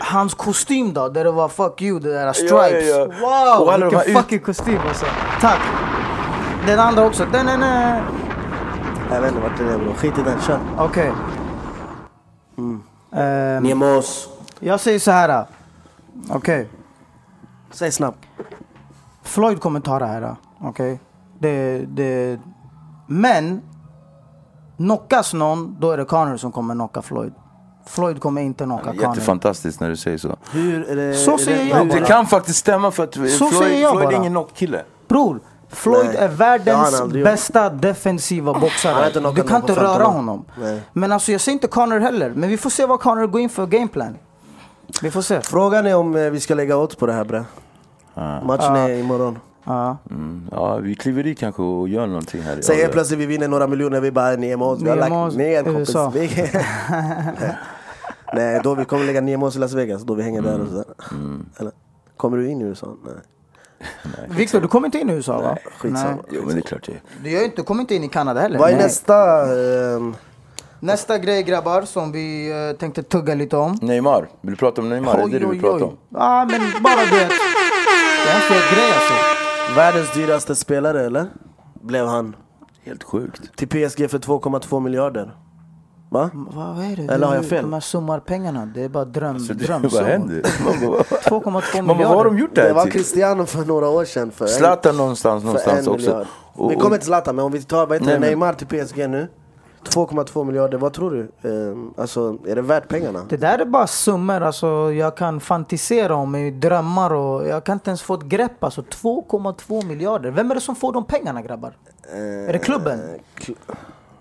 Hans kostym då, där det var 'fuck you' det där stripes ja, ja. Och alla Wow, de vilken här ut- fucking kostym alltså Tack! Den andra också, den den, den jag vet inte vart den är bror, skit i den, kör. Okej Ehm, Nemos. Jag säger så här. då. Okej, Säg snabbt. Floyd kommer ta det här då. Okej? Det, det... Men knockas någon, då är det Connor som kommer knocka Floyd. Floyd kommer inte knocka Connor. Jättefantastiskt när du säger så. Hur är det, Så är säger det, jag hur- bara. Det kan faktiskt stämma för att Så säger Floyd, jag Floyd är bara. ingen knockkille. Bror, Floyd Nej, är det har han världens aldrig gjort. bästa defensiva Han har boxare. inte knockat Du kan någon på inte röra 15 år. honom. Nej. Men alltså jag säger inte Connor heller. Men vi får se vad Connor går in för gameplan. Vi får se. Frågan är om eh, vi ska lägga odds på det här bre. Ah. Matchen Ah. är imorgon. Ja. Ja, vi kliver i kanske och gör någonting här. Sen Ja, helt plötsligt vi vinner några miljoner, vi bara nio mål. Vi har Nio lagt mål, ner kompis. USA. Vi- Nej, då vi kommer lägga nio mål i Las Vegas, då vi hänger där Mm. och sådär. Eller, kommer du in i USA? Nej, Viktor, du kommer inte in i USA va? skitsamma. Jo, men det är klart det är. Du gör inte, kommer inte in i Kanada heller. Vad är Nej. nästa? ehm, Nästa grej grabbar som vi eh, tänkte tugga lite om. Neymar, vill du prata om Neymar? är det det du vill prata om? Ja men bara det. Det är en fet grej alltså. världens dyraste spelare eller? Blev han. Helt sjukt. Till PSG för 2,2 miljarder. Va? Vad är det? Eller har jag Du, fel? Alltså, De här summarpengarna, det är bara dröm, Så det, drömsummor. vad händer? Man bara, vad- 2,2 man bara, vad har de miljarder. gjort det Det var här till? Cristiano för några år sedan. För en- Zlatan någonstans, någonstans för en också. miljard. vi kommer till Zlatan, men om vi tar vad heter Nej, det, men- Neymar till PSG nu. 2,2 miljarder, vad tror du? Ehm, alltså, är det värt pengarna? Det där är bara summor alltså, jag kan fantisera om i drömmar och jag kan inte ens få ett grepp. Alltså 2,2 miljarder. Vem är det som får de pengarna grabbar? är det klubben? Kl-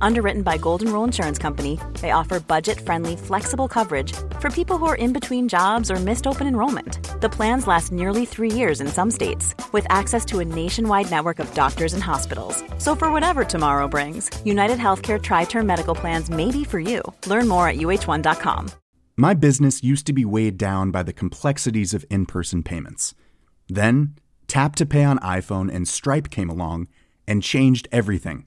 Underwritten by Golden Rule Insurance Company, they offer budget friendly, flexible coverage for people who are in between jobs or missed open enrollment. The plans last nearly three years in some states, with access to a nationwide network of doctors and hospitals. So, for whatever tomorrow brings, United Healthcare Tri Term Medical Plans may be for you. Learn more at uh1.com. My business used to be weighed down by the complexities of in person payments. Then, Tap to Pay on iPhone and Stripe came along and changed everything.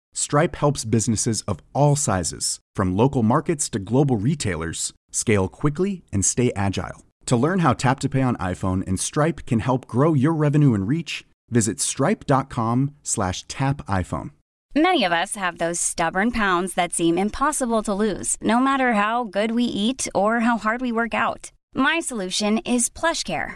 Stripe helps businesses of all sizes, from local markets to global retailers, scale quickly and stay agile. To learn how Tap to Pay on iPhone and Stripe can help grow your revenue and reach, visit stripe.com slash tap iPhone. Many of us have those stubborn pounds that seem impossible to lose, no matter how good we eat or how hard we work out. My solution is PlushCare.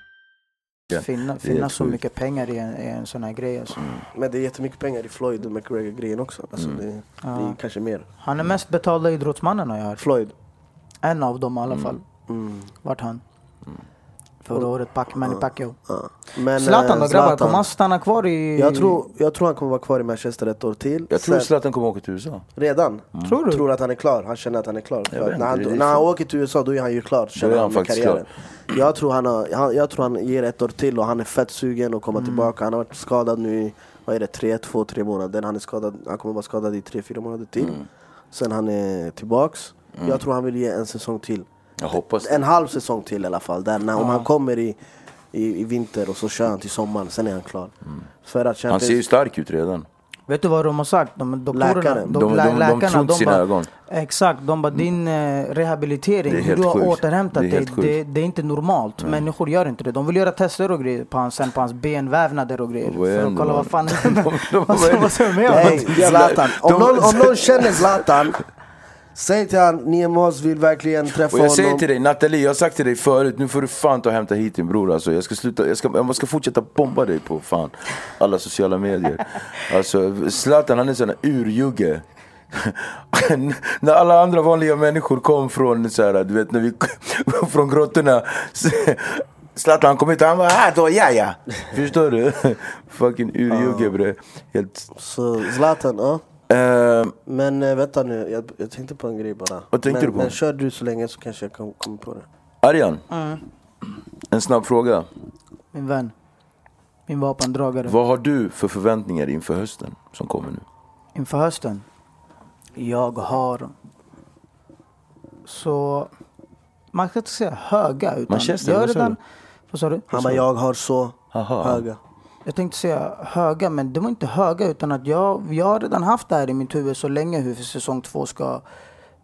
finna, Det är finna helt så sjukt. mycket pengar i en, i en sån här grej alltså. Men det är jättemycket pengar i Floyd och McGregor-grejen också. Alltså, Mm. det, det är kanske mer. Han är mest betalda idrottsmannen har jag hört. Floyd. En av dem i alla Mm. fall. Vart han? Förra året, Pac, Manny Pacquiao. Ja. Men, Zlatan eh, då grabbar, Zlatan. kommer han stanna kvar i... jag, tror, jag tror han kommer vara kvar i Manchester ett år till. Jag tror Sen- Zlatan kommer åka till USA. Redan? Tror du? Tror att han är klar, han känner att han är klar. För Jag vet att när han, inte, det är när han så. åker till USA då är han ju klar, känner är han med faktiskt karriären. Jag tror han, har, han, jag tror han ger ett år till och han är fett sugen att komma Mm. tillbaka. Han har varit skadad nu i, vad är det, tre, två, tre månader. Han, är skadad, han kommer vara skadad i tre, fyra månader till. Mm. Sen han är tillbaks. Jag tror han vill ge en säsong till. Jag hoppas det. En halv säsong till i alla fall. Där när, om han kommer i, i, i vinter och så kör han till sommaren, sen är han klar. För att Mm. Han Champions- ser ju stark ut redan. Vet du vad de har sagt? De doktorerna, Läkare. de, De- de- lä- de läkarna, tror inte sina bara- ögon. Exakt, de bara din eh, rehabilitering, Det är hur du helt har sjukt. återhämtat Det är dig, helt sjukt. det, det är inte normalt. Människor gör inte det. De vill göra tester och grejer på hans, sen på hans benvävnader och grejer. Vad är För det? att kolla vad fan De- de- vad vad är som Alltså, det? vad som är med Nej, honom. jävla- Zlatan. Om, de- någon, om någon känner Zlatan, säg till han, Niemos vill verkligen träffa Och jag säger honom. till dig Nathalie, jag har sagt till dig förut, nu får du fan ta och hämta hit din bror alltså. Jag ska, sluta, jag ska, jag ska fortsätta bomba dig på fan alla sociala medier. Alltså Zlatan han är en sån här urjugge. när alla andra vanliga människor kom från, så här, du vet, när vi, från grottorna. så- Zlatan kom hit och han bara ah, då, ja, ja. Förstår du? Fucking urjugge bre. Helt... Så Zlatan, ja. Ehm, Men eh, vänta nu, jag, jag tänkte på en grej bara. Vad tänkte men, du på? Men kör du så länge så kanske jag kan komma på det. Arjan, en snabb fråga. Min vän. Min vapendragare. Vad har du för förväntningar inför hösten som kommer nu? Inför hösten? Jag har... Så... Man ska inte säga höga utan... Manchester, jag har vad sa redan- du? Vad sa du? Han bara, jag har så Aha. höga. Jag tänkte säga höga, men det var inte höga utan att jag, jag har redan haft det här i mitt huvud så länge hur säsong två ska,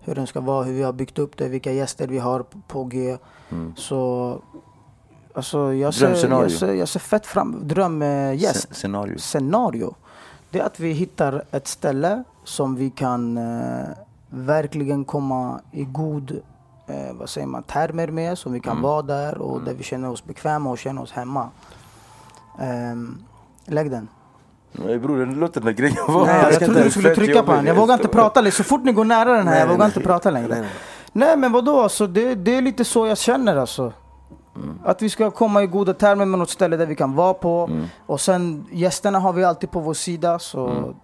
hur den ska vara, hur vi har byggt upp det, vilka gäster vi har på- på G. Mm. Så, alltså jag ser, Drömscenario. jag ser, jag ser fett fram, drömgäst. Sce- scenario. Scenario. Det är att vi hittar ett ställe som vi kan eh, verkligen komma i god eh, vad säger man, termer med, som vi kan vara där och där vi känner oss bekväma och känner oss hemma. Ehm, lägg den. Nej bror, låt den där grejen vara. Nej, jag, ska trodde inte- du skulle Fett trycka på jobbig den. Jag grej. vågar inte prata längre. Så fort ni går nära den här, Nej, jag vågar nej, inte nej. prata längre. Nej, Nej, nej. men vadå? Alltså, det, det är lite så jag känner alltså. Mm. Att vi ska komma i goda termer med något ställe där vi kan vara på. Mm. Och sen gästerna har vi alltid på vår sida. Så, Mm.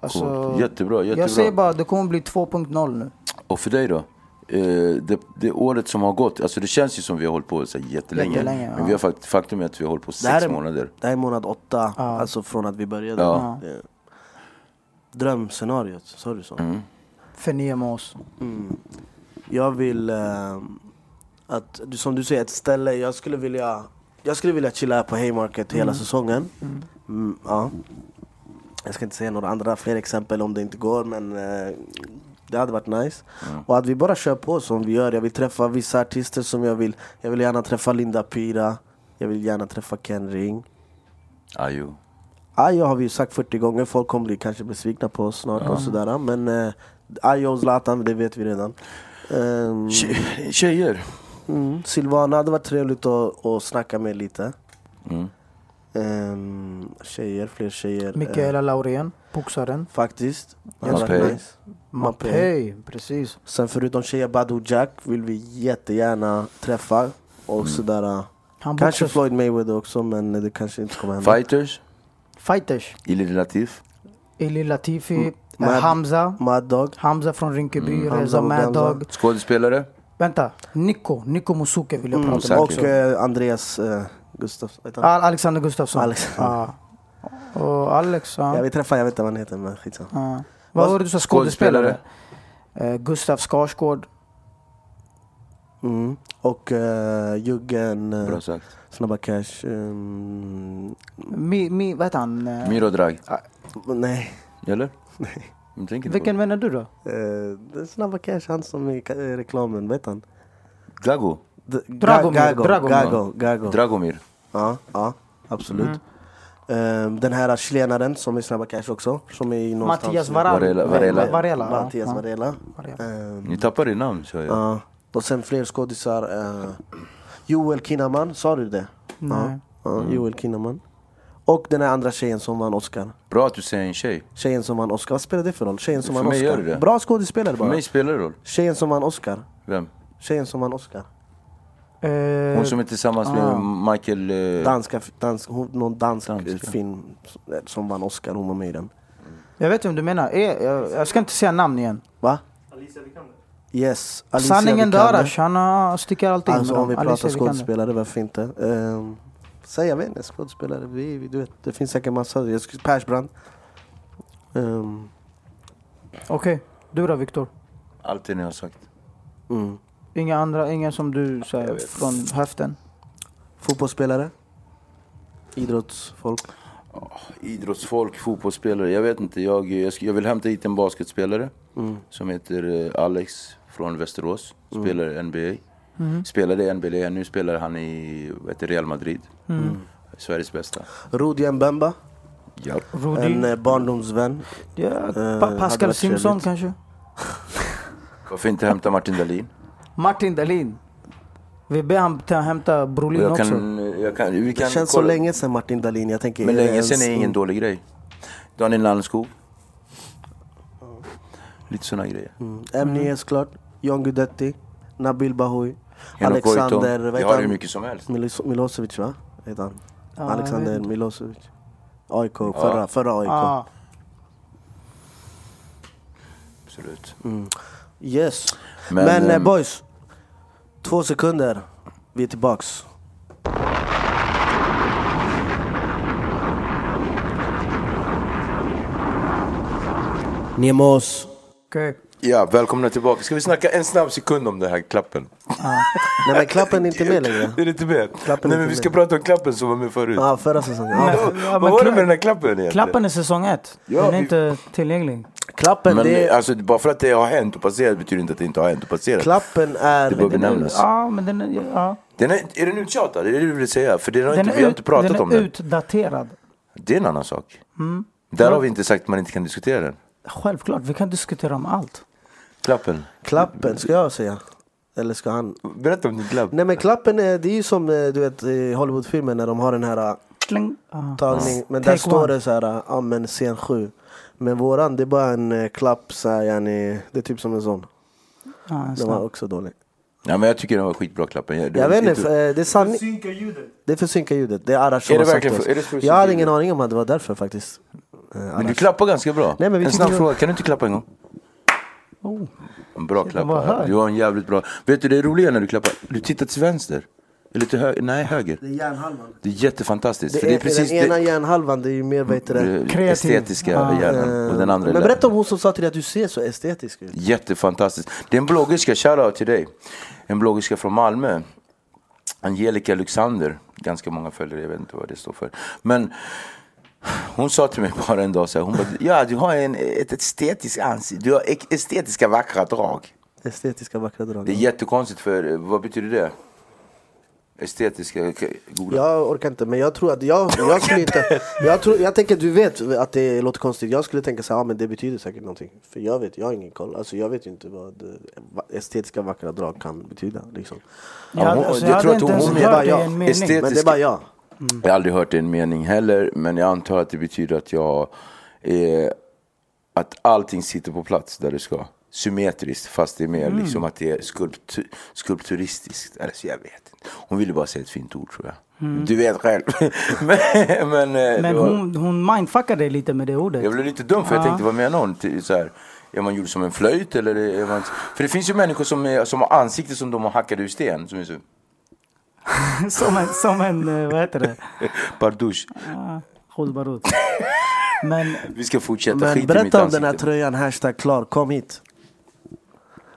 alltså, Coolt. Jättebra, jättebra. Jag säger bara, det kommer bli 2.0 nu. Och för dig då? Eh, det, det året som har gått, alltså det känns ju som vi har hållit på så här jättelänge. Jättelänge, men ja. vi har fakt faktum är att vi har hållit på Det här sex är, månader. Det här är månad åtta, alltså från att vi började. Ja. Eh, Drömscenariot, sa du så? Mm. Förnya med oss. Jag vill, eh, att, du- som du säger, ett ställe, jag skulle vilja jag skulle vilja chilla här på Haymarket hela säsongen. Mm, ja. Jag ska inte säga några andra fler exempel om det inte går men eh, det hade varit nice. Och att vi bara kör på som vi gör. Jag vill träffa vissa artister som jag vill. Jag vill gärna träffa Linda Pira. Jag vill gärna träffa Ken Ring. Ajo. Ayo har vi ju sagt 40 gånger, folk kommer bli, kanske besvikna på oss snart och sådär Men eh, Ayo och Zlatan, det vet vi redan Ehm, Tje- Tjejer. mm, Silvana hade varit trevligt att, att snacka med lite Mm. Ehm, Tjejer, fler tjejer eh, Mikaela Laurén, boxaren. Faktiskt, det hade Mapei. varit nice Mapei Mapei, precis. Sen förutom tjejer, Badou Jack vill vi jättegärna träffa och sådär eh. Han Kanske boxas. Floyd Mayweather också men det kanske inte kommer hända Fighters. Fighters. Ili Latif. Eli Latifi, eh, Mm, Mad- Hamza. Mad Dog, Hamza från Rinkeby, Reza Hamza och Mad Gamza. Dog. Skådespelare. Vänta, Nico, Nico Musuke vill jag prata Säkert. med. och eh, Andreas eh, Gustafsson vad heter han? Al- Alexander Gustafsson. Alex. Ja. Och Alex, ja. Jag vill träffa, jag vet inte vad han heter men skitsamma Ja. Vad var det du sa? Skådespelare? Eh, Gustav Skarsgård. Mm. Och uh, Juggen, eh, Bra sagt. Snabba Cash, ehm, Mi, mi, vad heter han? Eh, Miro Drag. nej, Eller? Nej. Tänker inte vilken på menar du då? eh, det är Snabba Cash, han som är i ka- eh, reklamen, vet han? det. Gago. D- Ga- Dragomir, Gago, Dragomir. Gago, Gago. Dragomir. ja, ja, absolut. Mm. Ehm, den här chilenaren som är Snabba Cash också, som är i någonstans Mattias Varela. Eh, Varela, Varela. Varela, ja. Mattias Ja. Varela. Varela. Ehm, Ni tappar i namn kör jag. Ja, och sen fler skådisar. eh, Joel Kinnaman, sa du det? Nej. Mm. Ja, ja, Joel Kinnaman. Och den här andra tjejen som vann Oscar. Bra att du säger en tjej. Tjejen som vann Oscar, vad spelar det för roll? Tjejen som För vann mig Oscar. gör det det. Bra skådespelare För bara. mig spelar det roll. Tjejen som vann Oscar. Vem? Tjejen som vann Oscar. Eh, Hon som är tillsammans med Michael... eh, Danska, dansk, hon, någon dansk Danska. film som- eh, som vann Oscar, hon var med i den. jag vet vem du menar. Eh, jag, jag ska inte säga namn igen. Va? Yes, Alicia Sanningen Vikander. dör Arash, han har- sticker alltid in Alltså med om vi dem. pratar Alicia Vikander. skådespelare, varför inte? Um, säg, jag vet inte, skådespelare, vi, vi, du vet, det finns säkert massa. Jag skulle, Persbrandt. Ehm, Okej, du då Viktor? Allt det ni har sagt. mm. Inga andra, ingen som du säger från höften? Fotbollsspelare? Idrottsfolk? idrottsfolk, fotbollsspelare. Jag vet inte. Jag, eh, jag, sk- jag vill hämta hit en basketspelare Mm. som heter eh, Alex från Västerås. Spelar NBA. Mm. Spelade i NBA. Nu spelar han i vad heter Real Madrid. Mm. Mm. Sveriges bästa. Rudi Mbemba? Ja. Rudy? En eh, barndomsvän? ja, hade pa Pascal varit Simpson trevligt. kanske? Varför inte hämta Martin Dahlin? Martin Dahlin. Vi ber han ta- hämta Och Brolin Jag också. kan, eh, jag kan, vi kan Det känns så kolla- länge sedan Martin Dahlin, jag tänker eh, Men det länge ens- sen är ingen dålig grej. Daniel Landskog. Lite sådana grejer. Mm. Emni är såklart, John Guidetti, Nabil Bahoui, Henok Alexander... Goitom. vad heter Jag har hur han? Mm. mycket som helst. Milos- Milosevic va? Heter han. Ja, jag Alexander vet inte. Milosevic. AIK, förra, förra AIK. Ah, Absolut. Yes. Men, Men, ehm, eh, boys, två sekunder. Vi är tillbaks. Nemos. okej. Ja, välkomna tillbaka. Ska vi snacka en snabb sekund om den här klappen? Nej men klappen är inte med längre. Är det inte med? Klappen är inte Nej, men vi med. ska prata om klappen som var med förut. Ja, förra säsongen. Men- Ja. ja, men Vad var det kla- med den här klappen egentligen? Klappen är säsong ett. Ja, den är vi- inte tillgänglig. Klappen, Men det, alltså, bara för att det har hänt och passerat betyder inte att det inte har hänt och passerat. klappen Det bör är... benämnas. Ja, men den, är- ja. Den är, är den uttjatad? Är det det du vill säga? För det har den inte, är, vi har inte pratat den om är den. utdaterad. Det är en annan sak. Mm. Där har vi inte sagt att man inte kan diskutera den. Självklart, vi kan diskutera om allt. Klappen. Klappen, ska jag säga. Eller ska han? Berätta om din klapp. Nej men klappen är, det är ju som eh, du vet i Hollywoodfilmen när de har den här eh, Kling. Ja. tagning. Men Take där står one. det så här, eh, ja men scen 7. Men våran det är bara en eh, klapp så här, yani, det är typ som en sån. Ja, en Den snabb. var också dålig. Ja, men jag tycker den var skitbra klappen. Jag, Jag vet inte, det- för, eh, det är sanning. Det försinkar ljudet. Det är Arash som typ- Är det har sagt verkligen till oss. för- är det försinkar Jag hade ingen ljudet? aning om att det var därför faktiskt. Eh, men du Arash. klappar ganska bra. Nej, men vi Oh. en tycker snabb det- fråga, kan du inte klappa en gång? En bra vad klapp. hög. Du har en jävligt bra. Vet du det är roliga när du klappar? Du tittar till vänster. Eller till höger. Nej, höger. Det är hjärnhalvan. Det är jättefantastiskt. Det för är, det är precis den ena det, Mm. hjärnhalvan, det är ju mer vad heter det? det Kreativ. estetiska Ja. hjärnan. Och den andra är Men lä- berätta om hon som sa till dig att du ser så estetisk ut. Jättefantastiskt. Det är en bloggerska, shoutout till dig. En bloggerska från Malmö. Angelica Lyxander. Ganska många följare, jag vet inte vad det står för. Men hon sa till mig bara en dag så här, hon bara, ja du har en, ett estetiskt ansikte, du har ek- estetiska vackra drag. Estetiska vackra drag. Det är jättekonstigt för, vad betyder det? Estetiska, goda. Jag orkar inte, men jag tror att jag, jag skulle inte... Jag, tror, jag tänker, du vet att det låter konstigt. Jag skulle tänka så här, ja men det betyder säkert någonting. För jag vet, jag har ingen koll. Alltså jag vet ju inte vad eh, va- estetiska vackra drag kan betyda. Liksom. Ja, hon- jag hade tror att inte hon- ens hon hört är bara det i jag. en mening. Estet- Men det är bara jag. Jag har aldrig hört en mening heller, men jag antar att det betyder att jag eh, att allting sitter på plats där det ska. Symmetriskt, fast det är mer Mm. liksom att det är skulptu- skulpturistiskt. Alltså, jag vet inte. Hon ville bara säga ett fint ord tror jag. Mm. Du vet själv. men men, eh, Men det var, hon, hon mindfuckade dig lite med det ordet. jag blev lite dum för jag tänkte, vad menar hon? Till- Så här, är man gjord som en flöjt eller är man... För det finns ju människor som, är, som har ansikten som de har hackade ur sten. Som är så... som, en, som en, eh, vad heter det? Bardouche. Khud Barut. Men Vi ska fortsätta. Skit Men i mitt berätta om den här ansikte. tröjan, hashtag klar, kom hit.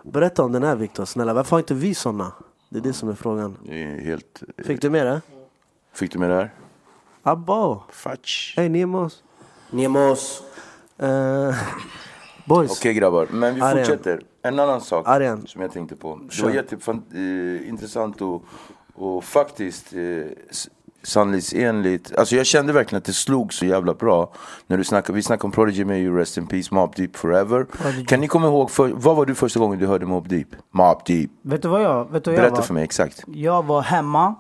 Berätta om den här Viktor, snälla. Varför har inte vi såna? Det är det som är frågan. Det är Helt... Fick du med det? Fick du med det här? Abbo! Fatsch. Hej Nemos! Nemos! Eh, boys. Okej grabbar, men vi Arjen. fortsätter. En annan sak Arjen. som jag tänkte på. Det Kör. var jätteintressant och, och faktiskt eh, s- sanningsenligt. Alltså jag kände verkligen att det slog så jävla bra. När du snackade, vi snackade om Prodigy med ju Rest In Peace, Mob Deep Forever. Kan ni komma ihåg, för, vad var du första gången du hörde Mob Deep? Mob Deep. vet du vad jag, vet du vad jag Berätta var? för mig exakt. Jag var hemma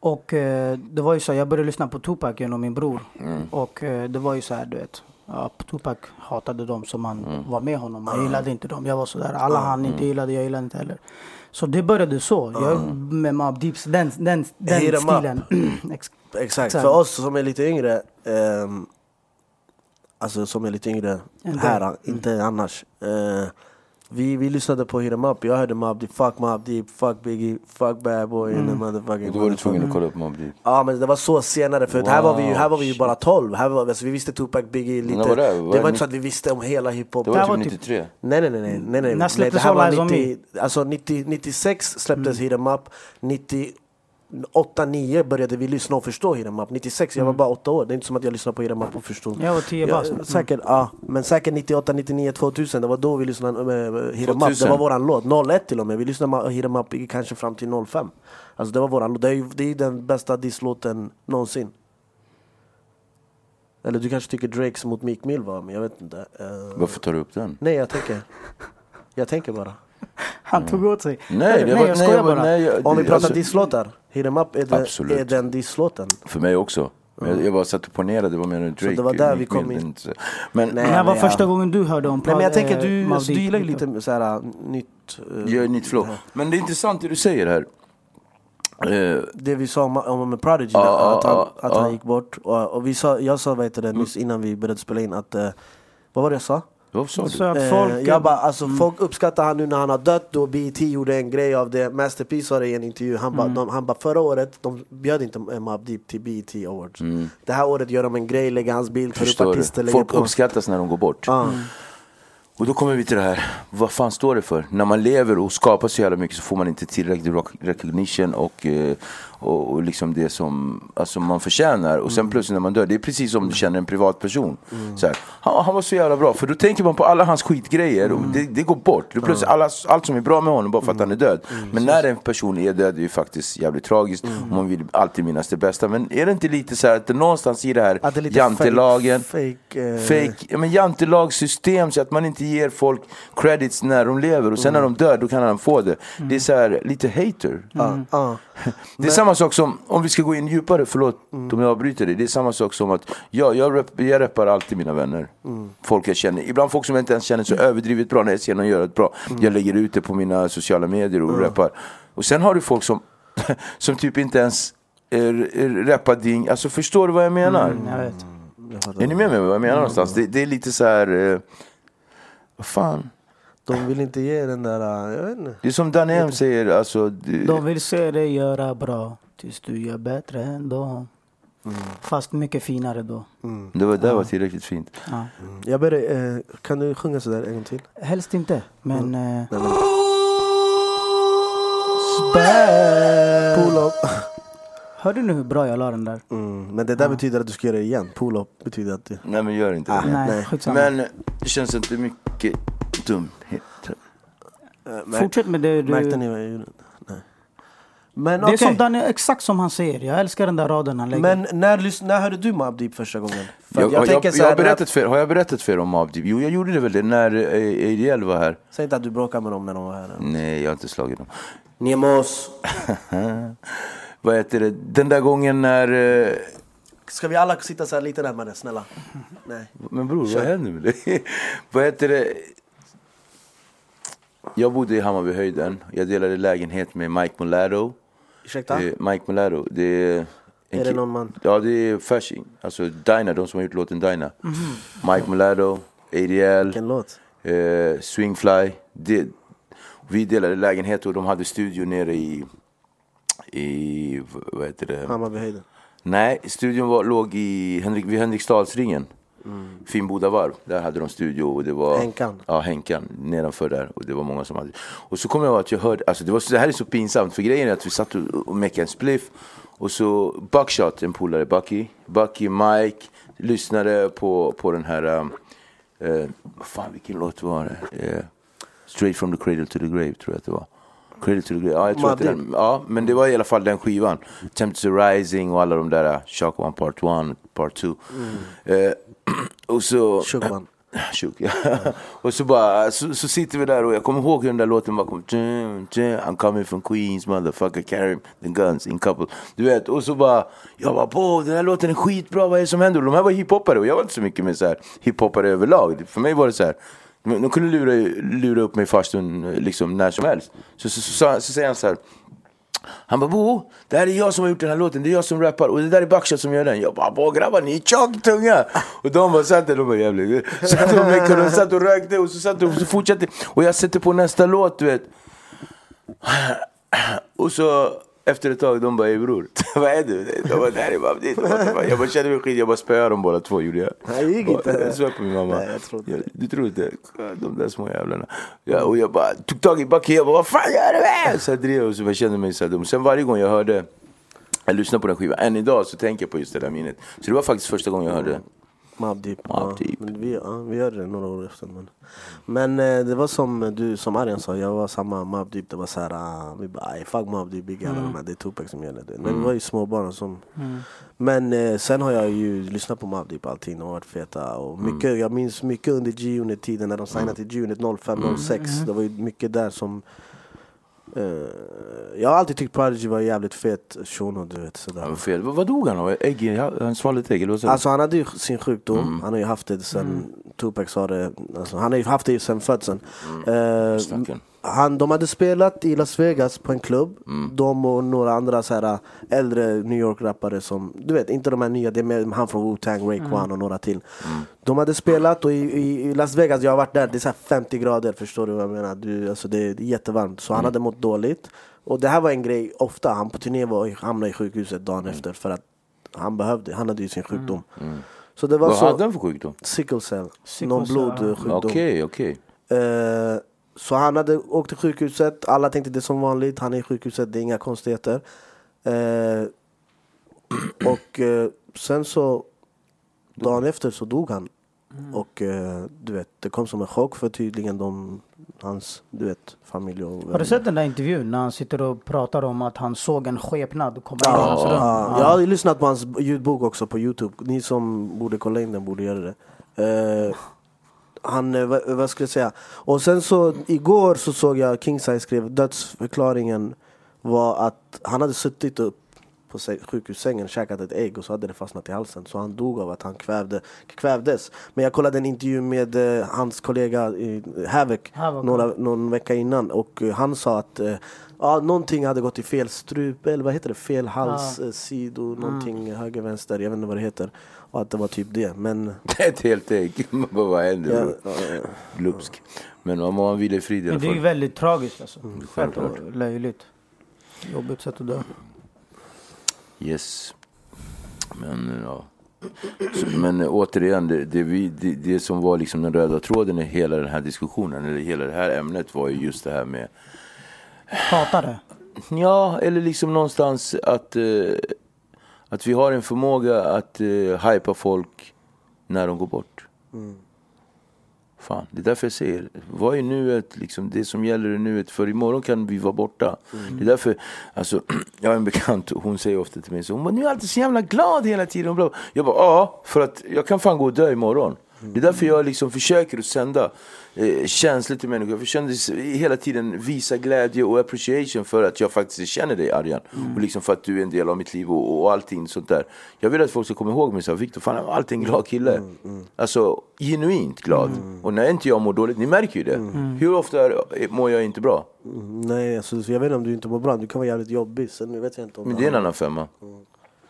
och eh, det var ju så, jag började lyssna på Tupac genom min bror. Mm. Och eh, det var ju så här, du vet. Ja, Tupac hatade dem som han Mm. var med honom. Jag gillade inte dem. Jag var sådär, alla han inte gillade, jag gillade inte heller. Så det började så. Jag, med Mobb Deeps, den, den, Mm. Hit 'em den stilen. up. Ex- Exakt, Exakt. för oss som är lite yngre ehm, Alltså som är lite yngre Ändå. här, inte annars eh, vi, vi lyssnade på Hit 'em Up, jag hörde Mobb Deep, fuck Mobb Deep, fuck Biggie, fuck Bad Boy mm. and the motherfucking Och då var du motherfucking- tvungen att kolla upp Mob Deep. Ja men det var så senare, för här, var vi ju, här var vi ju shit. bara 12, här var, alltså, vi visste Tupac, Biggie lite När var det? Var Det det var inte så ni- att vi visste om hela hiphop Det Det här var var typ typ- 93. Nej nej nej, nej, nej, nej. När nej släpptes det här All var Eyes on 90, alltså 90, 96 Mm. släpptes Hit 'em Up 98, 9 började vi lyssna och förstå Hit 'em Up 96, jag var bara 8 år, det är inte som att jag lyssnade på Hit 'em Up och förstod Mm. Jag var 10 bast. Mm. Säkert, ja, men säkert 98, 99, 2000, det var då vi lyssnade med Hit 'em Up 2000. Det var våran låt, 01 till och med, vi lyssnade med Hit 'em Up i- kanske fram till 05 Alltså det var våran låt, det är ju det är ju den bästa disslåten någonsin Eller du kanske tycker Drakes mot Meek Mill var, men jag vet inte Eh, Varför tar du upp den? Nej jag tänker Jag tänker bara Mm. Han tog åt sig. Nej, det var, jag skojar bara. nej, jag- Om vi pratar alltså- disslåtar, Hit 'em Up är, det, Absolut. är den disslåten För mig också. Men jag, jag bara satt och ponerade, vad menar du? Drake? det var där Meet vi kom Me in. and- Men Nej, Det här var men första jag- gången du hörde om Nej men jag tänker att eh, du, alltså, Mavdi. du gillar ju lite så här, äh, nytt... eh, jag är nytt flow. Men det är intressant det du säger här. Eh, Det vi sa om, om med Prodigy, Ja, där, att, ja, han, ja, att ja. Mm. han gick bort. Och, och vi sa, jag sa vad heter det, nyss innan vi började spela in att... eh, vad var det jag sa? vad sa Så du? att Eh, folk... jag bara, alltså, Mm. folk uppskattar han nu när han har dött då BET gjorde en grej av det Masterpiece sa det i en intervju Han Mm. bara, de, han bara förra året, de bjöd inte eh, Mobb Deep till BET Awards Det här året gör de en grej, lägger hans bild, tar upp Mm. Förstår artister, du? lägger Folk på uppskattas när de går bort. Ja. Och då kommer vi till det här, vad fan står det för? När man lever och skapar så jävla mycket så får man inte tillräcklig rock- recognition och, eh, och, och liksom det som alltså man förtjänar. Och Mm. sen plötsligt när man dör, det är precis som du känner en privatperson. Så här, han, han var så jävla bra, för då tänker man på alla hans skitgrejer och det, Mm. det går bort. Då plötsligt alla, allt som är bra med honom bara för att han är död. Mm, Men när en person är död är det ju faktiskt jävligt tragiskt och man vill alltid minnas det bästa. Men är det inte lite så här att det någonstans i det här Att det är lite jantelagen fake, fake, eh, fake, ja, men jantelagssystem så att man inte ger folk credits när de lever och sen när de dör då kan han få det. Det är så här lite hater. Ja. Det är samma sak som, om vi ska gå in djupare, förlåt om jag avbryter dig. Det är samma sak som att jag, jag, rep, jag reppar alltid mina vänner. Folk jag känner. Ibland folk som jag inte ens känner så överdrivet bra när jag ser någon göra det bra. Jag lägger ut det på mina sociala medier och reppar. Och sen har du folk som, som typ inte ens eh, reppar din, alltså förstår du vad jag menar? Jag vet. Är ni med mig vad jag Mm. menar någonstans? Det, det är lite så här... Eh, vad fan? De vill inte ge den där, eh, jag vet inte Det är som Danny M säger, alltså... det- De vill se dig göra bra tills du gör bättre än dem. Mm. Fast mycket finare då. Det var, det var tillräckligt fint. Ja. jag ber, dig, eh, Kan du sjunga sådär en gång till? Helst inte, men... eh, Pull up Hör du nu hur bra jag la den där? mm. Men det där betyder att du ska göra det igen, pull up betyder att du Nej men gör inte det. Nej, Ah, nej. skitsamma. Men det känns inte mycket dumheter. Fortsätt med det du... Märkte ni vad jag gjorde? Nej. Men Det är okej som Danny, exakt som han säger. Jag älskar den där raden han lägger. Men när, lys- när hörde du Mobb Deep första gången? För Jag, att jag, jag, tänker så här, har, berättat för, har jag berättat för er om Abdi? Jo, jag gjorde det väl det när eh, ADL var här. Säg inte att du bråkar med dem när de var här. Nej, jag har inte slagit dem. Nemos. Vad heter det? Den där gången när... Eh, Ska vi alla sitta så här lite närmare, snälla? Nej. Men bror, vad händer med dig? vad heter det? Jag bodde i Hammarbyhöjden. Jag delade lägenhet med Mike Mulatto. Ursäkta? Eh, Mike Mulatto, det är... en Är det ki- någon man? Ja, det är Fasching. Alltså Dyna, de som har gjort låten Dyna. Mike Mulatto, Mhm. ADL, Vilken låt? eh, Swingfly. Det, vi delade lägenhet och de hade studio nere i... I... Vad heter det? Hammarbyhöjden. Nej, studion var, låg i Henrik, vid Henriksdalsringen. Finnboda varv, där hade de studio och det var Henkan. Ja, Henkan, nedanför där och det var många som hade Och så kommer jag ihåg att jag hörde, alltså det, var, så- det här är så pinsamt för grejen är att vi satt och, och mekade en spliff och så Buckshot, en polare, Bucky, Bucky, Mike, lyssnade på, på den här, eh, eh, vad fan vilken låt var det? Eh, Straight from the cradle to the grave tror jag att det var. Cradle to the grave, ja jag tror att det är den. Ja, men det var i alla fall den skivan. Tempted Rising och alla de där, eh, Shock One Part One, Part Two. Eh, och så... Shook One. Tjuk, ja. och så, bara, så, så sitter vi där och jag kommer ihåg hur den där låten bara kom. Tjum, tjum, I'm coming from Queens, motherfucker, carry the guns in couple. Du vet, och så bara, jag bara på den här låten är skitbra, vad är det som händer? Och de här var hiphoppare och jag var inte så mycket med så här hiphoppare överlag. För mig var det så här, de, de kunde lura, lura upp mig i farstun eh, liksom när som helst. Så, så, så, så, så säger han så här, han bara Bo, det här är jag som har gjort den här låten, det är jag som rappar och det där är Baksha som gör den. Jag bara Bo grabbar ni är tjocktunga! Och de bara satt där, de bara jävligt. Satt och mekade och satt och rökte och så satt de och så fortsatte. Och jag sätter på nästa låt du vet. Och så efter ett tag de bara ey bror, vad är du? De bara det här är bara ditt. Jag bara kände mig skit, jag bara spöade dem båda två gjorde jag. Nej, det gick inte. Jag svär på min mamma. Nej, jag tror inte det. Du tror inte? De där små jävlarna. Ja, och jag bara tog tag i backen, jag bara vad fan gör du? här?" Så jag drev och så jag kände mig så här dum. Sen varje gång jag hörde, jag lyssnade på den skivan, än idag så tänker jag på just det där minnet. Så det var faktiskt första gången jag hörde den. Mobb Deep. Mobb typ. ja. Deep. Men vi, ja, vi gjorde det några år efter. Men, men eh, det var som du, som Arjan sa, jag var samma Mobb Deep. Det var såhär, ah, vi bara "Aj, fuck Mobb Deep, Big Alla de här, det är Tupac som gäller. Det. Men vi var ju småbarn och som. Men eh, sen har jag ju lyssnat på Mobb Deep allting, de har varit feta. Och mycket, Jag minns mycket under G-Unit tiden när de signade till G-Unit 05, 06. Det var ju mycket där som Eh, jag har alltid tyckt Prodigy var en jävligt fet shuno, du vet. Sådär. Ja, vad fel. Vad, vad dog han av? Ägg? i- Han svalde ett ägg? Eller vad sa du? Alltså han hade ju sin sjukdom, han har ju haft det sen Tupac sa det, alltså, han har ju haft det sen födseln. Eh, Stackarn. han, de hade spelat i Las Vegas på en klubb, Mm. de och några andra så här, äh, äldre New York-rappare som, du vet inte de här nya, det är mer han från Wu-Tang, Ray Mm. Kwan och några till. Mm. De hade spelat och i, i, i Las Vegas, jag har varit där, det är så här 50 grader, förstår du vad jag menar? Du, alltså, det är jättevarmt, så Mm. han hade mått dåligt. Och det här var en grej, ofta, han på turné var, hamnade i sjukhuset dagen Mm. efter för att han behövde, han hade ju sin sjukdom. Så det var Vad så, hade han för sjukdom? sickle cell, Sickle någon cell, blodsjukdom. Okej, okej. Eh, så han hade åkt till sjukhuset, alla tänkte det är som vanligt, han är i sjukhuset, det är inga konstigheter. Eh, och eh, sen så, dagen efter så dog han. Mm. Och eh, du vet, det kom som en chock för tydligen de, hans, du vet, familj och Har du sett den där intervjun när han sitter och pratar om att han såg en skepnad komma in i hans Ja, rum? ja. Jag har ju lyssnat på hans ljudbok också på Youtube. Ni som borde kolla in den borde göra det. Eh, han, eh, vad, vad ska jag säga? Och sen så igår så såg jag Kingside skrev dödsförklaringen var att han hade suttit upp på sä- sjukhussängen, käkat ett ägg och så hade det fastnat i halsen. Så han dog av att han kvävde, kvävdes. Men jag kollade en intervju med eh, hans kollega i Havoc, Havoc, några, någon vecka innan och eh, han sa att eh, ja, någonting hade gått i fel strupe, eller vad heter det? Fel hals, eh, sidor, någonting höger, vänster, jag vet inte vad det heter. Och att det var typ det. Men Det är ett helt ägg. Vad- vad Ja, händer? Ja. Glupsk. Men om han vill i frid i alla Men det är ju fall. väldigt tragiskt alltså. Fett självklart. och löjligt. Jobbigt sätt att dö. Yes. Men ja. Så, Men eh, återigen, det, det, vi, det, det som var liksom den röda tråden i hela den här diskussionen, eller hela det här ämnet, var ju just det här med Hatar det. Ja, eller liksom någonstans att, eh, att vi har en förmåga att eh, hypa folk när de går bort. Fan, det är därför jag säger, vad är nuet, liksom, det som gäller är nuet, för imorgon kan vi vara borta. Det är därför, alltså, jag har en bekant, och hon säger ofta till mig, så, hon bara, nu är jag alltid så jävla glad hela tiden. Och bla. bla." Jag bara, ja, för att jag kan fan gå och dö imorgon. Det är därför jag liksom försöker att sända eh, känslor till människor. Jag försöker hela tiden visa glädje och appreciation för att jag faktiskt känner dig Arjan. Och liksom för att du är en del av mitt liv och, och allting sånt där. Jag vill att folk ska komma ihåg mig som Viktor, fan han var alltid en glad kille. Alltså genuint glad. Och när inte jag mår dåligt, ni märker ju det. Hur ofta är, mår jag inte bra? nej, alltså, jag vet inte om du inte mår bra, du kan vara jävligt jobbig. Sen nu vet jag inte om Men det är en annan femma.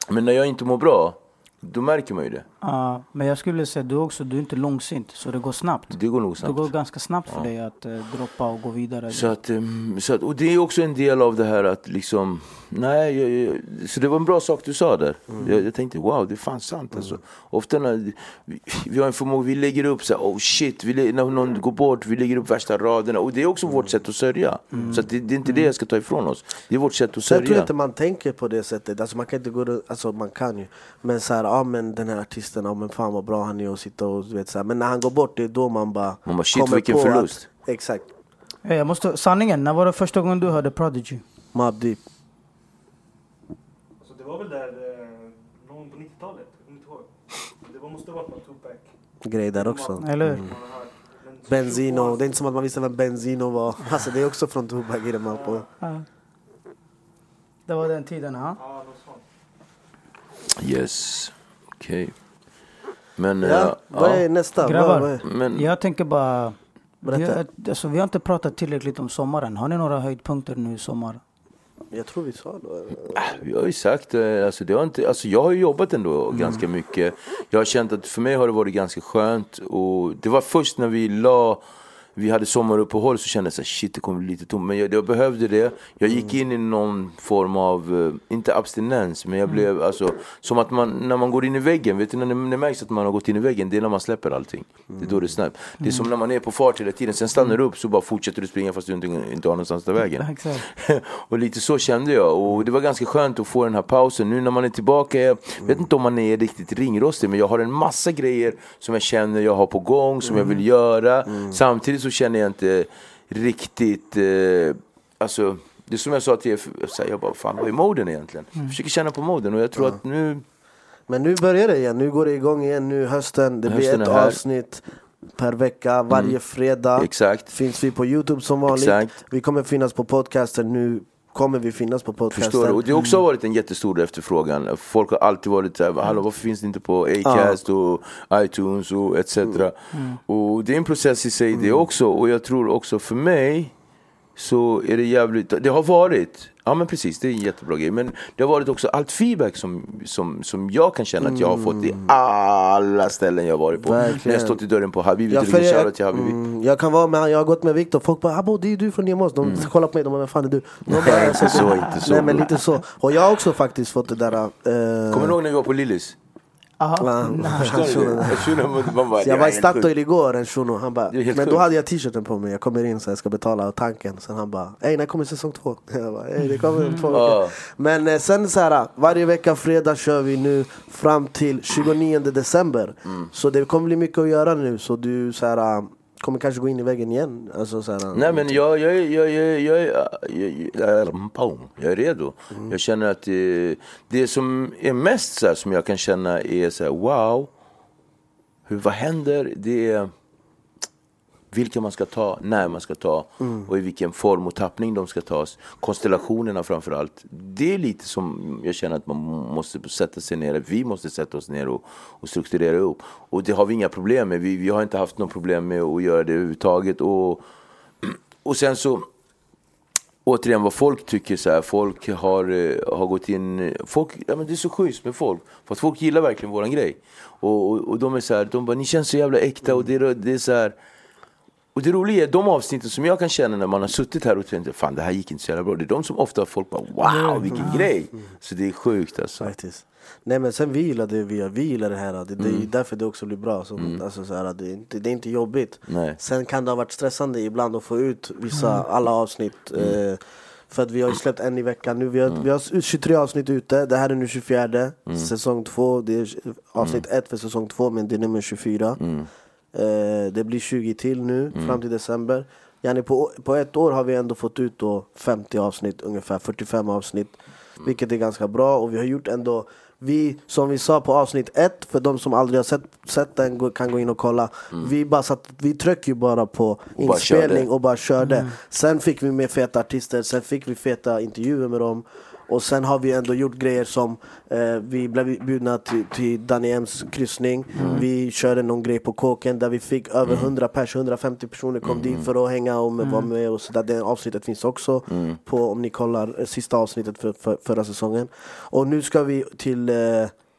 Men när jag inte mår bra, då märker man ju det. Ja, men jag skulle säga du också, du är inte långsint så det går snabbt. Det går nog Det snabbt. går ganska snabbt för dig att eh, droppa och gå vidare. Så att, ehm, så att, och det är också en del av det här att liksom, nej, jag, jag, så det var en bra sak du sa där. Mm. Jag, jag tänkte wow, det är fan sant alltså. Ofta när vi, vi har en förmåga, vi lägger upp så här, oh shit, vi, lä- när någon går bort, vi lägger upp värsta raderna. Och det är också Mm. vårt sätt att sörja. Så att det, det är inte det jag ska ta ifrån oss. Det är vårt sätt att Så jag tror sörja. inte man tänker på det sättet, alltså man kan inte gå runt- alltså man kan ju Men såhär, ja men den här artisten, ja men fan vad bra han är och sitta och du vet såhär Men när han går bort, det är då man bara Man bara, shit, vilken på förlust. att, Exakt, Eh, Jag måste, sanningen, när var det första gången du hörde Prodigy? Mobb Deep Så det var väl där eh, någon på 90-talet, jag kommer inte ihåg. Det var, måste ha varit på Tupac. grej där också Eller hur? Man har hört. Men så- Benzino, det är inte som att man visste vem Benzino var Alltså det är också från Tupac i den på Ja. Det var den tiden, ha? Ja, något sånt. Yes, okej. Men, eh, Ja, vad är nästa? Vad, vad Grabbar, är? men jag tänker bara... Vi Berätta. har, alltså, vi har inte pratat tillräckligt om sommaren. Har ni några höjdpunkter nu i sommar? Jag tror vi sa då Jag har ju sagt det, alltså, det har inte, alltså jag har ju jobbat ändå ganska mycket. Jag har känt att för mig har det varit ganska skönt. Och det var först när vi la, vi hade sommaruppehåll så kände jag så här, shit det kommer bli lite tomt. Men jag, jag behövde det. Jag gick in i någon form av, eh, inte abstinens, men jag blev alltså, som att man, när man går in i väggen, vet du när det, det märks att man har gått in i väggen, det är när man släpper allting. Det är då det är snabbt. Det är som när man är på fart hela tiden, sen stannar du upp så bara fortsätter du springa fast du inte, inte har någonstans att ta vägen. Exakt. och lite så kände jag. Och det var ganska skönt att få den här pausen. Nu när man är tillbaka, jag vet inte om man är riktigt ringrostig, men jag har en massa grejer som jag känner jag har på gång, som jag vill göra. Samtidigt så känner jag inte riktigt, eh, alltså, det är som jag sa till er, så här, jag bara, fan vad är moden egentligen? Jag försöker känna på moden och jag tror att nu, Men nu börjar det igen, nu går det igång igen, nu hösten, det Hösten blir är ett här. Mm. avsnitt per vecka, varje fredag. Exakt. Finns vi på Youtube som vanligt. Exakt. Vi kommer finnas på podcasten nu. Kommer vi finnas på podcasten. Förstår du? Och det har Mm. också varit en jättestor efterfrågan. Folk har alltid varit såhär, hallå varför finns det inte på Acast och iTunes och etc. Mm. Och det är en process i sig det också. Och jag tror också för mig så är det jävligt, det har varit, ja men precis det är en jättebra grej. Men det har varit också allt feedback som, som, som jag kan känna att jag har fått i alla ställen jag har varit på. Mm. Verkligen. När jag stått i dörren på Habibi, Jag, till exempel, shoutout till följer, Habibi. mm, jag kan vara med han, jag har gått med Viktor, folk bara abo det är du från Niemos, de kollar på mig, de bara vem fan är du? De bara, Mm. Nej, "Jag sa inte det." så, inte så. Nej men lite så, och jag har också faktiskt fått det där eh, Kommer du ihåg när vi var på Lillis? Aha. Förstår du? Jag trodde man- man bara, Så jag "Det var i helt sjukt." Statoil igår, en shuno, han bara Det är helt Men då sjukt. hade jag t-shirten på mig, jag kommer in så jag ska betala tanken Sen han bara, ey när kommer säsong två? Jag bara, ey det kommer om två Mm. Ja. veckor Men eh, sen så här, varje vecka fredag kör vi nu fram till 29 december Mm. Så det kommer bli mycket att göra nu, så du så här, kommer kanske gå in i väggen igen alltså, så här, Nej men jag, jag, jag, jag, jag, jag, jag, jag, jag, jag är redo. Jag känner att det, det som är mest så här, som jag kan känna är så här, wow, hur, vad händer? Det är vilka man ska ta, när man ska ta och i vilken form och tappning de ska tas. Konstellationerna framför allt. Det är lite som jag känner att man måste sätta sig ner, vi måste sätta oss ner och, och strukturera upp. Och det har vi inga problem med. Vi, vi har inte haft något problem med att göra det överhuvudtaget. Och, och sen så återigen vad folk tycker så här, folk har, eh, har gått in, folk, ja, men det är så schysst med folk, för att folk gillar verkligen våran grej. Och, och, och de är så här, de bara, ni känns så jävla äkta och det, är- det är så här, och det roliga är de avsnitten som jag kan känna när man har suttit här och tänkt, fan det här gick inte så jävla bra, det är de som ofta folk bara, wow vilken grej! Så det är sjukt alltså. Faktiskt. Nej men sen vi gillar det vi gör, vi gillar det här. Det, det är ju därför det också blir bra. Så, alltså, så här, det, är inte, det är inte jobbigt. Nej. Sen kan det ha varit stressande ibland att få ut vissa, alla avsnitt. Eh, för att vi har ju släppt en i veckan nu. Vi har, vi har 23 avsnitt ute, det här är nu 24. Säsong 2, det är avsnitt 1 för säsong 2 men det är nummer 24. Eh, det blir 20 till nu Mm. fram till december. Yani på, på ett år har vi ändå fått ut då 50 avsnitt, ungefär 45 avsnitt. Mm. Vilket är ganska bra och vi har gjort ändå vi, som vi sa på avsnitt ett, för de som aldrig har sett, sett den gå- kan gå in och kolla Vi, bara satt, vi tryckte ju bara på Mm. bara körde. inspelning och bara körde Mm. Sen fick vi med feta artister, sen fick vi feta intervjuer med dem Och sen har vi ändå gjort grejer som eh, Vi blev bjudna till, till Danny M's kryssning Mm. Vi körde någon grej på kåken där vi fick över 100 pers, 150 personer kom Mm. dit för att hänga och med- vara med och sådär Det avsnittet finns också Mm. på, om ni kollar, eh, sista avsnittet för, för, förra säsongen Och nu ska vi till eh,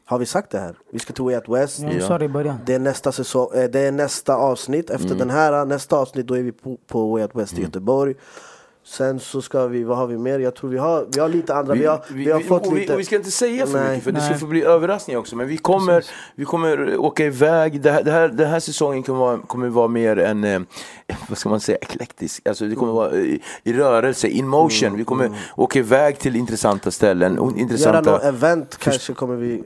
har vi sagt det här? Vi ska till Way Out West Ja, du sa det i början. det är nästa, säsong, eh, det är nästa avsnitt efter Mm. den här. Nästa avsnitt då är vi på, på Way Out West i Göteborg. Sen så ska vi, vad har vi mer? Jag tror vi har, vi har lite andra. Vi, har, vi, har fått och vi, lite... och vi ska inte säga för Nej. mycket för det ska få bli överraskningar också. Men vi kommer, vi kommer åka iväg. Det här, det här, den här säsongen kommer vara, kommer vara mer en, eh, vad ska man säga, eklektisk. Alltså det kommer Mm. vara i, i rörelse, in motion. Vi kommer åka iväg till intressanta ställen. och göra Intressanta något event kanske kommer vi...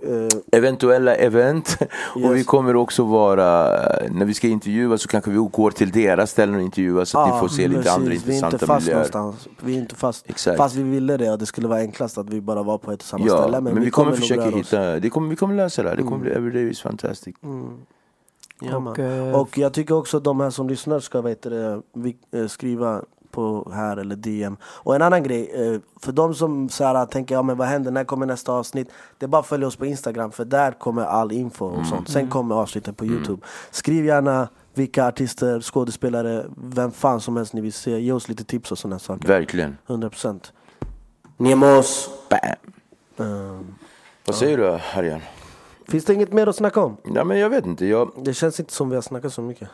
Eh, eventuella event. Och vi Yes. kommer också vara, eh, när vi ska intervjua så kanske vi går till deras ställen och intervjua så att ni ja, får se lite precis. andra vi är inte intressanta fast miljöer. någonstans. Vi är inte fast. Exakt. Fast vi ville det och det skulle vara enklast att vi bara var på ett och samma Ja, ställe. men, vi kommer, nog försöka röra oss. hitta, det kommer, vi kommer lösa det här. Det kommer bli everyday is fantastic. Ja, Och, man. eh, och jag tycker också att de här som lyssnar ska vet, du, vi- eh, skriva på här eller DM. Och en annan grej, eh, för de som så här, tänker ja, men vad händer, när kommer nästa avsnitt? Det är bara att följa oss på Instagram för där kommer all info och sånt. Sen kommer avsnitten på Youtube. Skriv gärna vilka artister, skådespelare, vem fan som helst ni vill se. Ge oss lite tips och sådana saker. Verkligen. 100%. Nemos! Bam. Vad säger du Harjan? Ehm, Finns det inget mer att snacka om? Nej men jag vet inte, jag, Det känns inte som vi har snackat så mycket.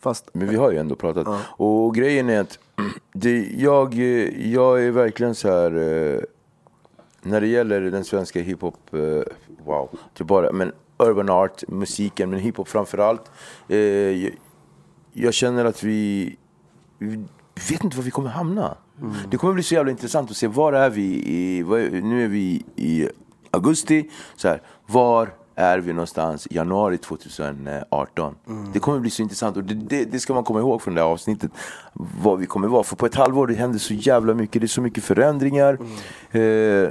Fast men vi har ju ändå pratat. Och grejen är att det, jag, eh, jag är verkligen så här eh, när det gäller den svenska hiphop, eh, wow, det är bara, men urban art, musiken, men hiphop framför allt. Eh, jag, jag känner att vi, vi vet inte var vi kommer hamna. Det kommer bli så jävla intressant att se var är vi i, vad är, nu är vi i augusti, så här, var är vi någonstans i januari 2018? Det kommer bli så intressant och det, det, det ska man komma ihåg från det här avsnittet. Vad vi kommer vara, för på ett halvår det händer så jävla mycket, det är så mycket förändringar. Eh,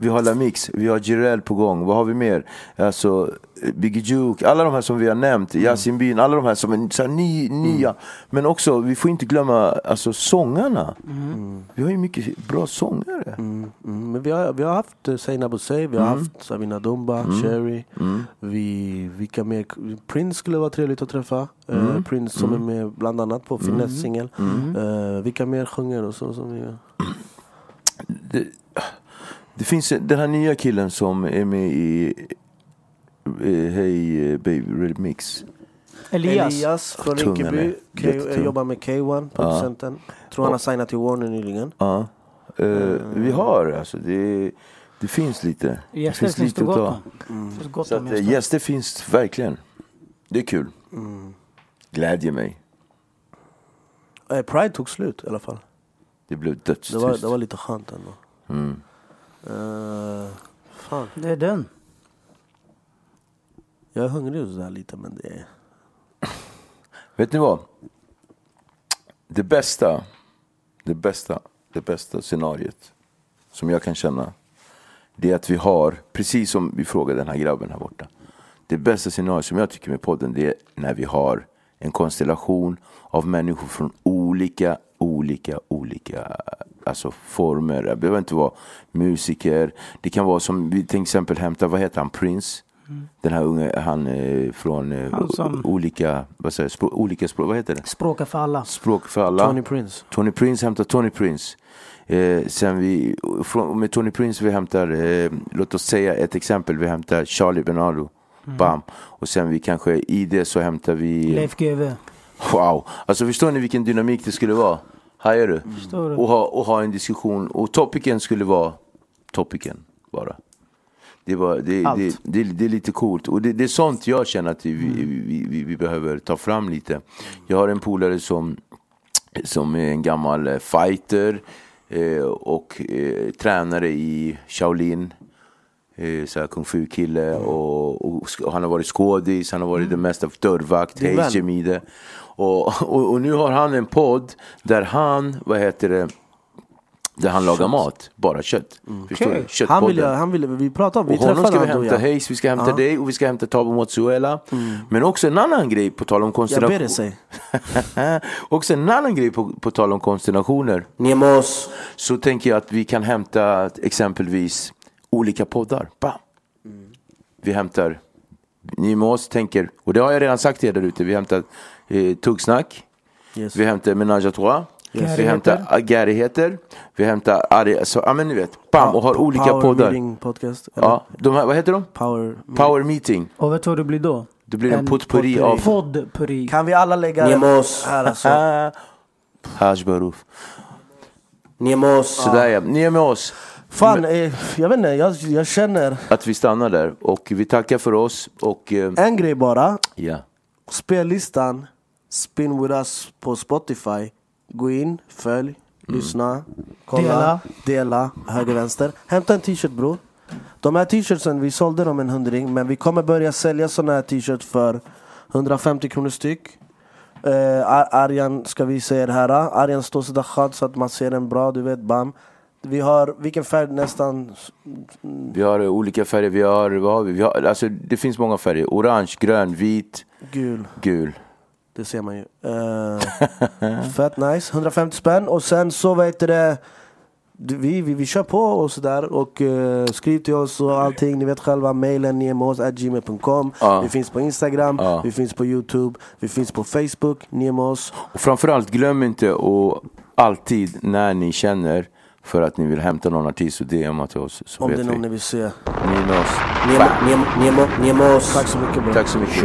vi har Lamix, vi har Jireel på gång, vad har vi mer? Alltså, eh, Biggie Juke, alla de här som vi har nämnt, Mm. Yasin Bin, alla de här som är så här ny, nya. Men också, vi får inte glömma alltså, sångarna. Mm. Vi har ju mycket bra sångare. Mm, men vi har, vi har haft eh, Seinabo Sey, vi har Mm. haft Sabina Dumba, Cherry. Vi, vilka mer? Prince skulle vara trevligt att träffa. Eh, Mm. Prince som är med bland annat på Finess singel. Eh, vilka mer sjunger och så? Som vi, det, det finns den här nya killen som är med i eh, Hey eh, Baby Remix. Elias. Elias från Tung han Rinkeby. är. K- Jättetung. jobbar med K1, producenten. Tror han har signat till Warner nyligen. Ja. Eh, Mm. vi har alltså, det, det finns lite. Gäster det finns det att gott ta. om. Det finns gott Så om att, eh, gäster. gäster finns verkligen. Det är kul. Glädjer mig. Eh, Pride tog slut i alla fall. Det blev Det var, dödstrist. det var lite skönt ändå. Mm. Eh, fan, Det är den. jag är hungrig och sådär lite men det är... Vet ni vad? Det bästa, det bästa, det bästa scenariet som jag kan känna det är att vi har, precis som vi frågade den här grabben här borta. Det bästa scenariot som jag tycker med podden det är när vi har en konstellation av människor från olika, olika, olika alltså former. Det behöver inte vara musiker. Det kan vara som, vi till exempel hämtar, vad heter han, Prince? Den här unge, han eh, från eh, Mm. Han som- olika, vad säger, jag, språk, olika språk, vad heter det? Språka för alla. Språk för alla. Tony Prince. Tony Prince hämtar Tony Prince. Eh, sen vi, från, med Tony Prince vi hämtar, eh, låt oss säga ett exempel, vi hämtar Charlie Benalo. Mm. Bam. Och sen vi kanske i det så hämtar vi... Leif GW. Wow. Alltså förstår ni vilken dynamik det skulle vara? Hajar du? Mm. Förstår du? Och ha, och ha en diskussion. Och topiken skulle vara topiken bara. Det, var, det, Allt. det, det, det är lite coolt. Och det, det är sånt jag känner att vi, vi, vi, vi behöver ta fram lite. Jag har en polare som, som är en gammal eh, fighter eh, och eh, tränare i Shaolin. Eh, så här kung fu-kille Mm. och, och, sk- och han har varit skådis, han har varit det mesta, dörrvakt, Din vän. hejsemide. Och, och, och nu har han en podd där han, vad heter det, där han lagar mat, bara kött. Förstår Okej. du? Mm. Köttpodden. Han ville, han ville, vi pratade om, vi Och honom träffade ska vi honom hämta Hayes, vi ska hämta dig och vi ska hämta Tabo Motsuela. Men också en annan grej på tal om Mm. Jag ber konstellationer. dig sig. också en annan grej på, på tal om konstellationer. Nemos. Så tänker jag att vi kan hämta exempelvis olika poddar. Bam. Mm. Vi hämtar, ni med oss tänker, och det har jag redan sagt till er där ute, vi hämtar eh, Tuggsnack. Yes. Vi hämtar Menage à Trois. Vi Gärigheter. hämtar Agarigheter. Vi hämtar Ari, så, ja men ni vet, bam, och har olika Power poddar. Meeting podcast. eller Ja, de här, vad heter de? Power. Power meeting. Och vet du vad det blir då? Det blir en, potpourri av Poddpurri. Kan vi alla lägga... Nemos. Här alltså. Ah, Haj Barouf. Nemos. Sådär ja, ni är med oss. Fan, eh, jag vet inte, jag, jag känner Att vi stannar där. Och vi tackar för oss. Och eh, en grej bara. ja. Spellistan, Spin with us på Spotify. Gå in, följ, lyssna, kolla, Dela. dela, höger, vänster. Hämta en t-shirt bror. De här t-shirtsen, vi sålde dem en hundring men vi kommer börja sälja såna här t-shirts för 150 kronor styck. Eh, Ar- Arjan ska vi säga det här. Arjan står så där skönt så att man ser den bra, du vet, bam. Vi har, vilken färg nästan? Vi har eh, olika färger. Vi har, vad har vi? vi har, alltså, det finns många färger. Orange, grön, vit, Gul. gul. Det ser man ju. Eh, fett nice, 150 spänn. Och sen så vad heter det, du- vi, vi, vi kör på och sådär. Och eh, skriv till oss och allting. Ni vet själva, mailen niemos.gmail.com. Ja. Vi finns på Instagram, Ja. vi finns på Youtube, vi finns på Facebook, niemos. Och framförallt glöm inte och alltid när ni känner för att ni vill hämta någon artist och DMa till oss så Om det vet är vi. någon ni vill se. Ni är med oss. Nemo, Nemo, Nemo, Nemos. Tack så mycket bror. Tack så mycket.